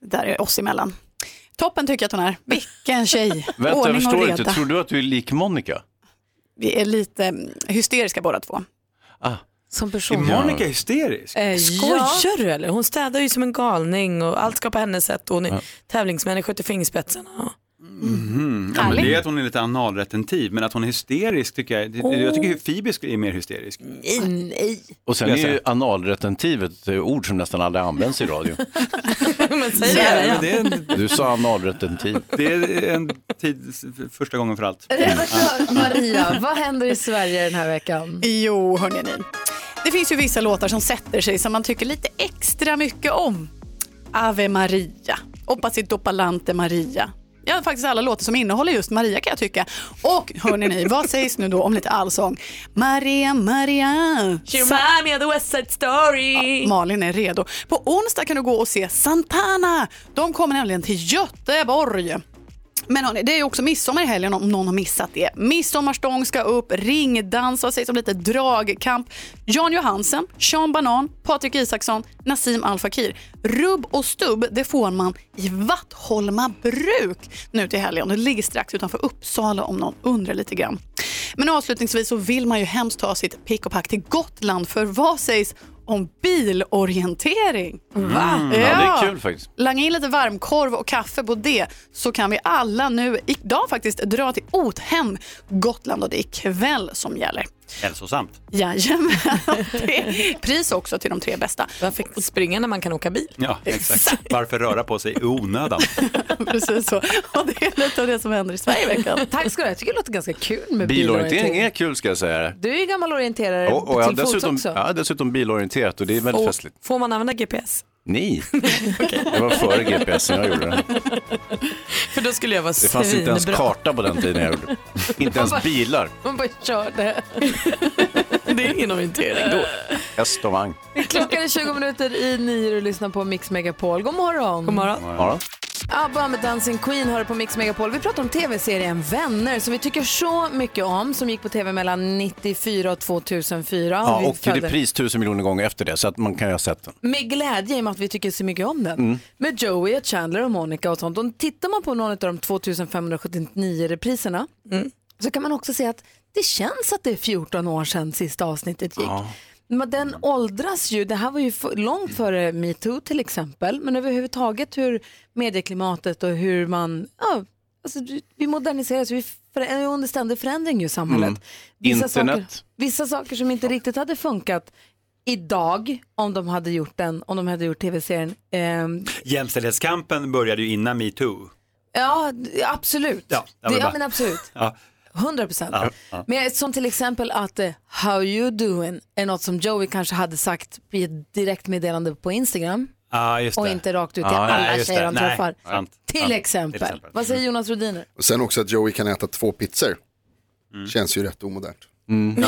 där är oss emellan. Toppen tycker jag att hon är. Vilken tjej.
Vänta, jag
Ordning och
förstår inte.
reda.
Tror du att du är lik Monica?
Vi är lite mm, hysteriska båda två.
Ah.
Som
Är
person. Eh,
Monica hysterisk?
Skojar du eller? Hon städar ju som en galning och allt ska på hennes sätt. och Hon är tävlingsmänniska till fingerspetsarna.
Mhm. Ja, men
Härlig.
det är att hon är lite analretentiv, men att hon är hysterisk tycker jag. det-
Åh.
Jag tycker Phoebe är mer hysterisk.
Nej, [LAUGHS] nej.
Och sen
Jag
är ju
säger.
analretentiv ett eh, ord som nästan aldrig används i radio.
Men säg det här igen.
Ja, men det är en-
Du sa analretentiv.
Det är en tid, första gången
[LAUGHS]
för allt.
Redaktör Maria, vad händer i Sverige den här veckan?
Jo, hörni ni. Det finns ju vissa låtar som sätter sig som man tycker lite extra mycket om. Ave Maria, Opacit Dopalante Maria. Ja, faktiskt alla låtar som innehåller just Maria kan jag tycka. Och hörni ni, vad sägs nu då om lite allsång? Maria, Maria.
She remind me of the West Side Story.
Ja, Malin är redo. På onsdag kan du gå och se Santana. De kommer nämligen till Göteborg. Men hörni, det är ju också midsommar i helgen om någon har missat det. Midsommarstång ska upp, ringdans, vad sägs om lite dragkamp? Jan Johansen, Sean Banan, Patrik Isaksson, Nassim Al Fakir. Rubb och stubb, det får man i Vattholma bruk nu till helgen. Det ligger strax utanför Uppsala om någon undrar lite grann. Men avslutningsvis så vill man ju hemskt ta sitt pick och pack till Gotland för vad sägs om bilorientering?
Mm, ja, det är kul faktiskt.
Langa in lite varmkorv och kaffe på det så kan vi alla nu idag faktiskt dra till Othem, Gotland och det är ikväll som gäller.
Hälsosamt.
Jajamän, [LAUGHS] det är pris också till de tre bästa.
Varför springa när man kan åka bil?
[LAUGHS]
Ja, exakt. Varför röra på sig i onödan?
Precis så. Och det är lite av det som händer i Sverige i veckan.
[LAUGHS] Tack ska du ha, jag tycker det låter ganska kul med
Bilorientering är kul ska jag säga.
Du är ju gammal orienterare
Och, och jag har
till fots
dessutom,
också.
jag har dessutom bilorienterat och det är väldigt
Och
festligt.
får man använda GPS?
Nej, det var före GPSen jag gjorde det.
För då skulle jag vara
Det fanns inte ens
svinbra.
karta på den tiden
[LAUGHS]
jag gjorde det. Inte ens bilar.
Man bara körde.
[LAUGHS]
[LAUGHS]
Det är ingen orientering då.
Häst och vagn.
Klockan är 20 minuter i nio och lyssnar på Mix Megapol. God morgon. God
morgon.
Ja.
ABBA med Dancing Queen hör på Mix Megapol. Vi pratar om tv-serien Vänner som vi tycker så mycket om som gick på tv mellan 94 och 2004.
Ja,
Vi
och
följde-
repris tusen miljoner gånger efter det, så att man kan ju ha sett den.
Med glädje i och med att vi tycker så mycket om den.
Mm.
Med Joey, och Chandler och Monica och sånt. Och tittar man på någon av de 2579 repriserna
Mm.
så kan man också se att det känns att det är 14 år sedan sista avsnittet gick. Men den åldras ju. Det här var ju f- långt före metoo till exempel. Men överhuvudtaget hur medieklimatet och hur man... Ja, alltså, du- vi moderniseras. Vi för- är under ständig förändring ju i samhället.
Mm.
Vissa
Internet.
Saker, vissa saker som inte riktigt hade funkat idag om de hade gjort den, om de hade gjort tv-serien. Ehm,
Jämställdhetskampen började ju innan metoo.
ja, d- absolut.
Ja, jag
det,
vill
ja
bara-
men absolut.
Ja.
100 procent.
Ja, ja.
Men som till exempel att eh, how you doing är något som Joey kanske hade sagt i ett direktmeddelande på Instagram
Ja, just
och
det.
inte rakt ut till
Ja,
alla
nej, just
tjejer
det.
han
Nej,
träffar.
sant.
Till,
Sant. Till
exempel.
exempel.
Vad säger Jonas Rhodiner?
Och sen också att Joey kan äta två pizzor. Känns ju rätt omodernt.
[LAUGHS]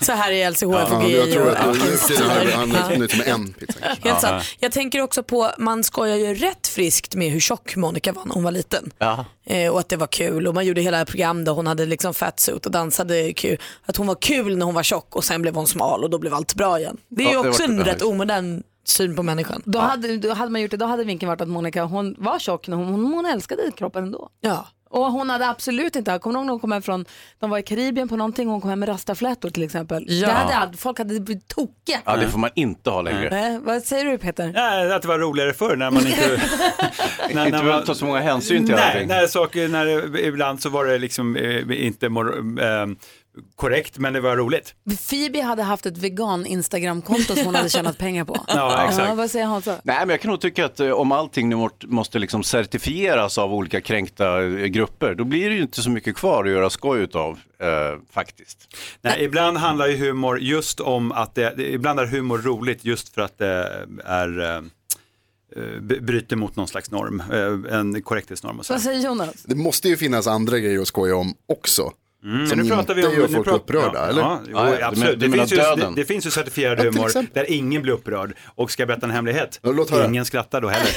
Så här är LCHF
Ja,
och
men
GI.
jag tror att
och-
nu för tiden har han- han
Ja.
är till med en pizza.
[LAUGHS]
kanske.
Helt sant. Jag tänker också på, man skojar ju rätt friskt med hur tjock Monica var när hon var liten.
Ja.
Eh, och att det var kul och man gjorde hela program där hon hade liksom fatsuit och dansade kul. Att hon var kul när hon var tjock och sen blev hon smal och då blev allt bra igen. Det är
Ja,
ju
det
också
var-
en
typ
det var-
rätt omodern syn på människan.
Då, hade, då hade man gjort det, då hade vinkeln varit att Monica, hon var tjock, när hon, hon, hon älskade kroppen ändå.
Ja.
Och hon hade absolut inte, kommer du ihåg när hon kom hem från, de var i Karibien på någonting och hon kom hem med rastaflätor till exempel.
Ja.
Det hade, all- folk hade blivit tokiga.
Ja, det får man inte ha längre.
Nej, vad säger du Peter?
Ja, Eh, att det var roligare förr när man inte... när,
inte behöver ta så många hänsyn till
nej,
allting.
när saker, när, det- ibland så var det liksom eh, inte mor, eh, korrekt, men det var roligt.
Phoebe hade haft ett vegan Instagramkonto som hon hade tjänat pengar
[LAUGHS]
på.
Ja, exakt.
vad säger Hansa?
Nej, men jag kan nog tycka att eh, om allting nu mort- måste liksom certifieras av olika kränkta eh, grupper, då blir det ju inte så mycket kvar att göra skoj utav, eh, faktiskt.
Nej, ibland handlar ju humor just om att det, det- ibland är humor roligt just för att det är eh, eh, b- bryter mot någon slags norm, eh, en korrekthetsnorm och så.
Vad säger Jonas?
Det måste ju finnas andra grejer att skoja om också.
Mm,
som
nu pratar vi
inte
om,
gör
nu
folk
pratar-
upprörda,
ja,
eller?
Ja, jo, absolut. det, finns ju, det, det finns ju certifierad
Ja, till
humor
exempel.
där ingen blir upprörd. Och ska jag berätta en hemlighet?
höra.
ingen skrattar då heller.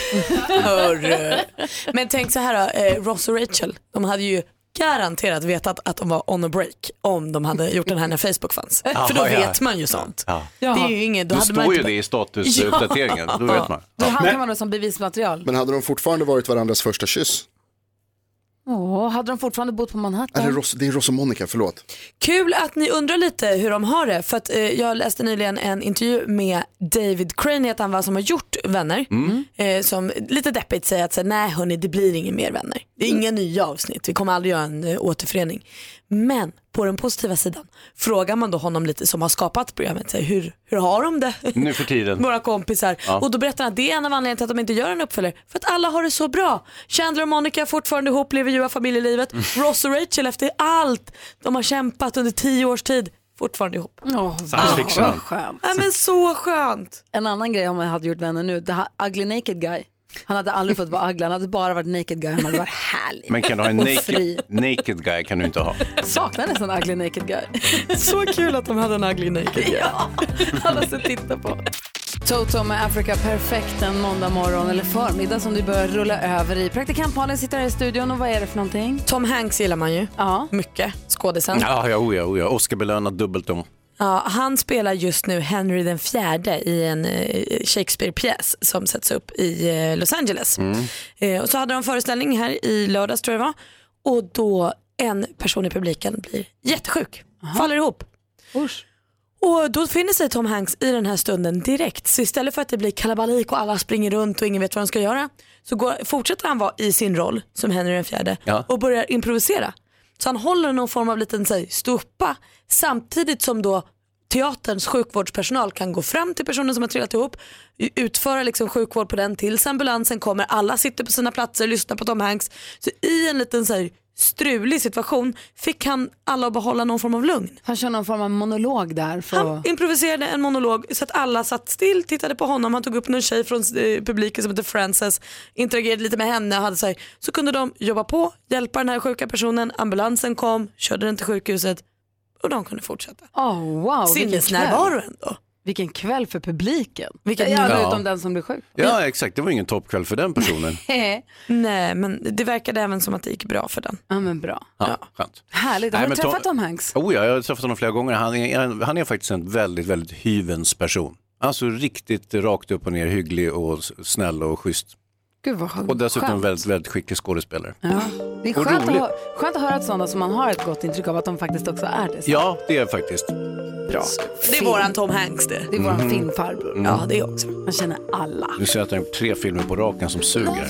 Hörru. [LAUGHS] Men tänk så här då, eh, Ross och Rachel, de hade ju garanterat vetat att de var on a break om de hade gjort den här när Facebook fanns. Eh, För då
Jaha, ja.
vet man ju sånt.
Ja.
Det är ju inget, då
Då
hade man
står ju
inte-
det
[LAUGHS]
i statusuppdateringen, då vet man.
Då hade man det som bevismaterial.
Men hade de fortfarande varit varandras första kyss?
Åh, hade de fortfarande bott på Manhattan?
Eller Ross, det är Ross och Monica, förlåt.
Kul att ni undrar lite hur de har det för att eh, jag läste nyligen en intervju med David Crane heter han va, som har gjort Vänner.
Mm.
Mm.
Eh, som lite deppigt säger att så här, nej hörni det blir ingen mer Vänner. Det är inga nya avsnitt, vi kommer aldrig göra en eh, återförening. Men på den positiva sidan frågar man då honom lite som har skapat programmet, så här, hur, hur har de det?
Nu för tiden.
Våra kompisar.
Ja.
Och då berättar han att det är en av anledningarna till att de inte gör en uppföljare. För att alla har det så bra. Chandler och Monica är fortfarande ihop, lever ljuva familjelivet.
Mm.
Ross och Rachel efter allt de har kämpat under tio års tid, fortfarande ihop.
Oh,
Science
vad
fiction.
skönt.
Ja, men så skönt.
En annan grej om jag hade gjort vänner nu, det här Ugly Naked Guy. Han hade aldrig fått vara ugly, han hade bara varit naked guy, han hade varit härlig.
Men kan du
[LAUGHS]
ha en
och
naked,
fri.
naked guy kan du inte ha.
Saknar nästan Ugly Naked Guy.
så kul att de hade en Ugly Naked Guy.
ja, alla ska titta på. Toto med Africa Perfect en måndag morgon eller förmiddag som du börjar rulla över i. Praktikant Malin sitter här i studion och vad är det för någonting?
Tom Hanks gillar man ju.
Ja.
Mycket. Skådisen.
Ja, ja, oja, oja. Oscarbelönad dubbelt om.
Ja, han spelar just nu Henry den fjärde i en eh, Shakespeare-pjäs som sätts upp i eh, Los Angeles.
Mm.
Eh, och så hade de föreställning här i lördags tror jag det var. Och då en person i publiken blir jättesjuk, faller ihop. Och då finner sig Tom Hanks i den här stunden direkt. Så istället för att det blir kalabalik och alla springer runt och ingen vet vad de ska göra så går, fortsätter han vara i sin roll som Henry den fjärde
Ja.
och börjar improvisera. Så han håller någon form av liten så här, ståuppa samtidigt som då teaterns sjukvårdspersonal kan gå fram till personen som har trillat ihop, u- utföra liksom sjukvård på den tills ambulansen kommer, alla sitter på sina platser, lyssnar på Tom Hanks. Så i en liten så här, strulig situation fick han alla att behålla någon form av lugn.
Han kör någon form av monolog där. För...
Han improviserade en monolog så att alla satt still, tittade på honom. Han tog upp någon tjej från eh, publiken som heter Frances, interagerade lite med henne. och Hade så, här, så kunde de jobba på, hjälpa den här sjuka personen. Ambulansen kom, körde den till sjukhuset och de kunde fortsätta.
Oh, wow, vilken kväll.
Sinnesnärvaro ändå.
Vilken kväll för publiken.
Vilken-
ja, alla
Ja.
utom den som blir sjuk.
Ja, exakt. Det var ingen toppkväll för den personen.
[LAUGHS] Nej, men det verkade även som att det gick bra för den.
Ja, men bra.
Ja, skönt.
Härligt. Har
Nej,
du
men
träffat
Tom-
Tom Hanks?
Oh ja, jag har träffat honom flera gånger. Han är, han- han är faktiskt en väldigt, väldigt hyvens person. Alltså riktigt rakt upp och ner, hygglig och s- snäll och schysst.
Gud vad skönt.
Och dessutom en väldigt, väldigt skicklig skådespelare.
Ja. Det är
Och
skönt att,
rolig.
hö- skönt att höra att sådana som man har ett gott intryck av att de faktiskt också är det.
Ja, det är faktiskt.
Bra.
Det är våran Tom Hanks det.
Det är våran
Mhm.
filmfarbror.
Mm. Ja, det är
också.
Man känner alla.
Du ser att han har gjort tre filmer på raken som suger.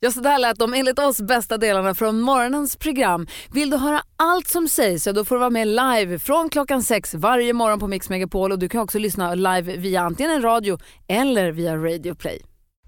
Ja, så där lät de enligt oss bästa delarna från morgonens program. Vill du höra allt som sägs så då får du vara med live från klockan sex varje morgon på Mix Megapol och du kan också lyssna live via antingen en radio eller via Radio Play.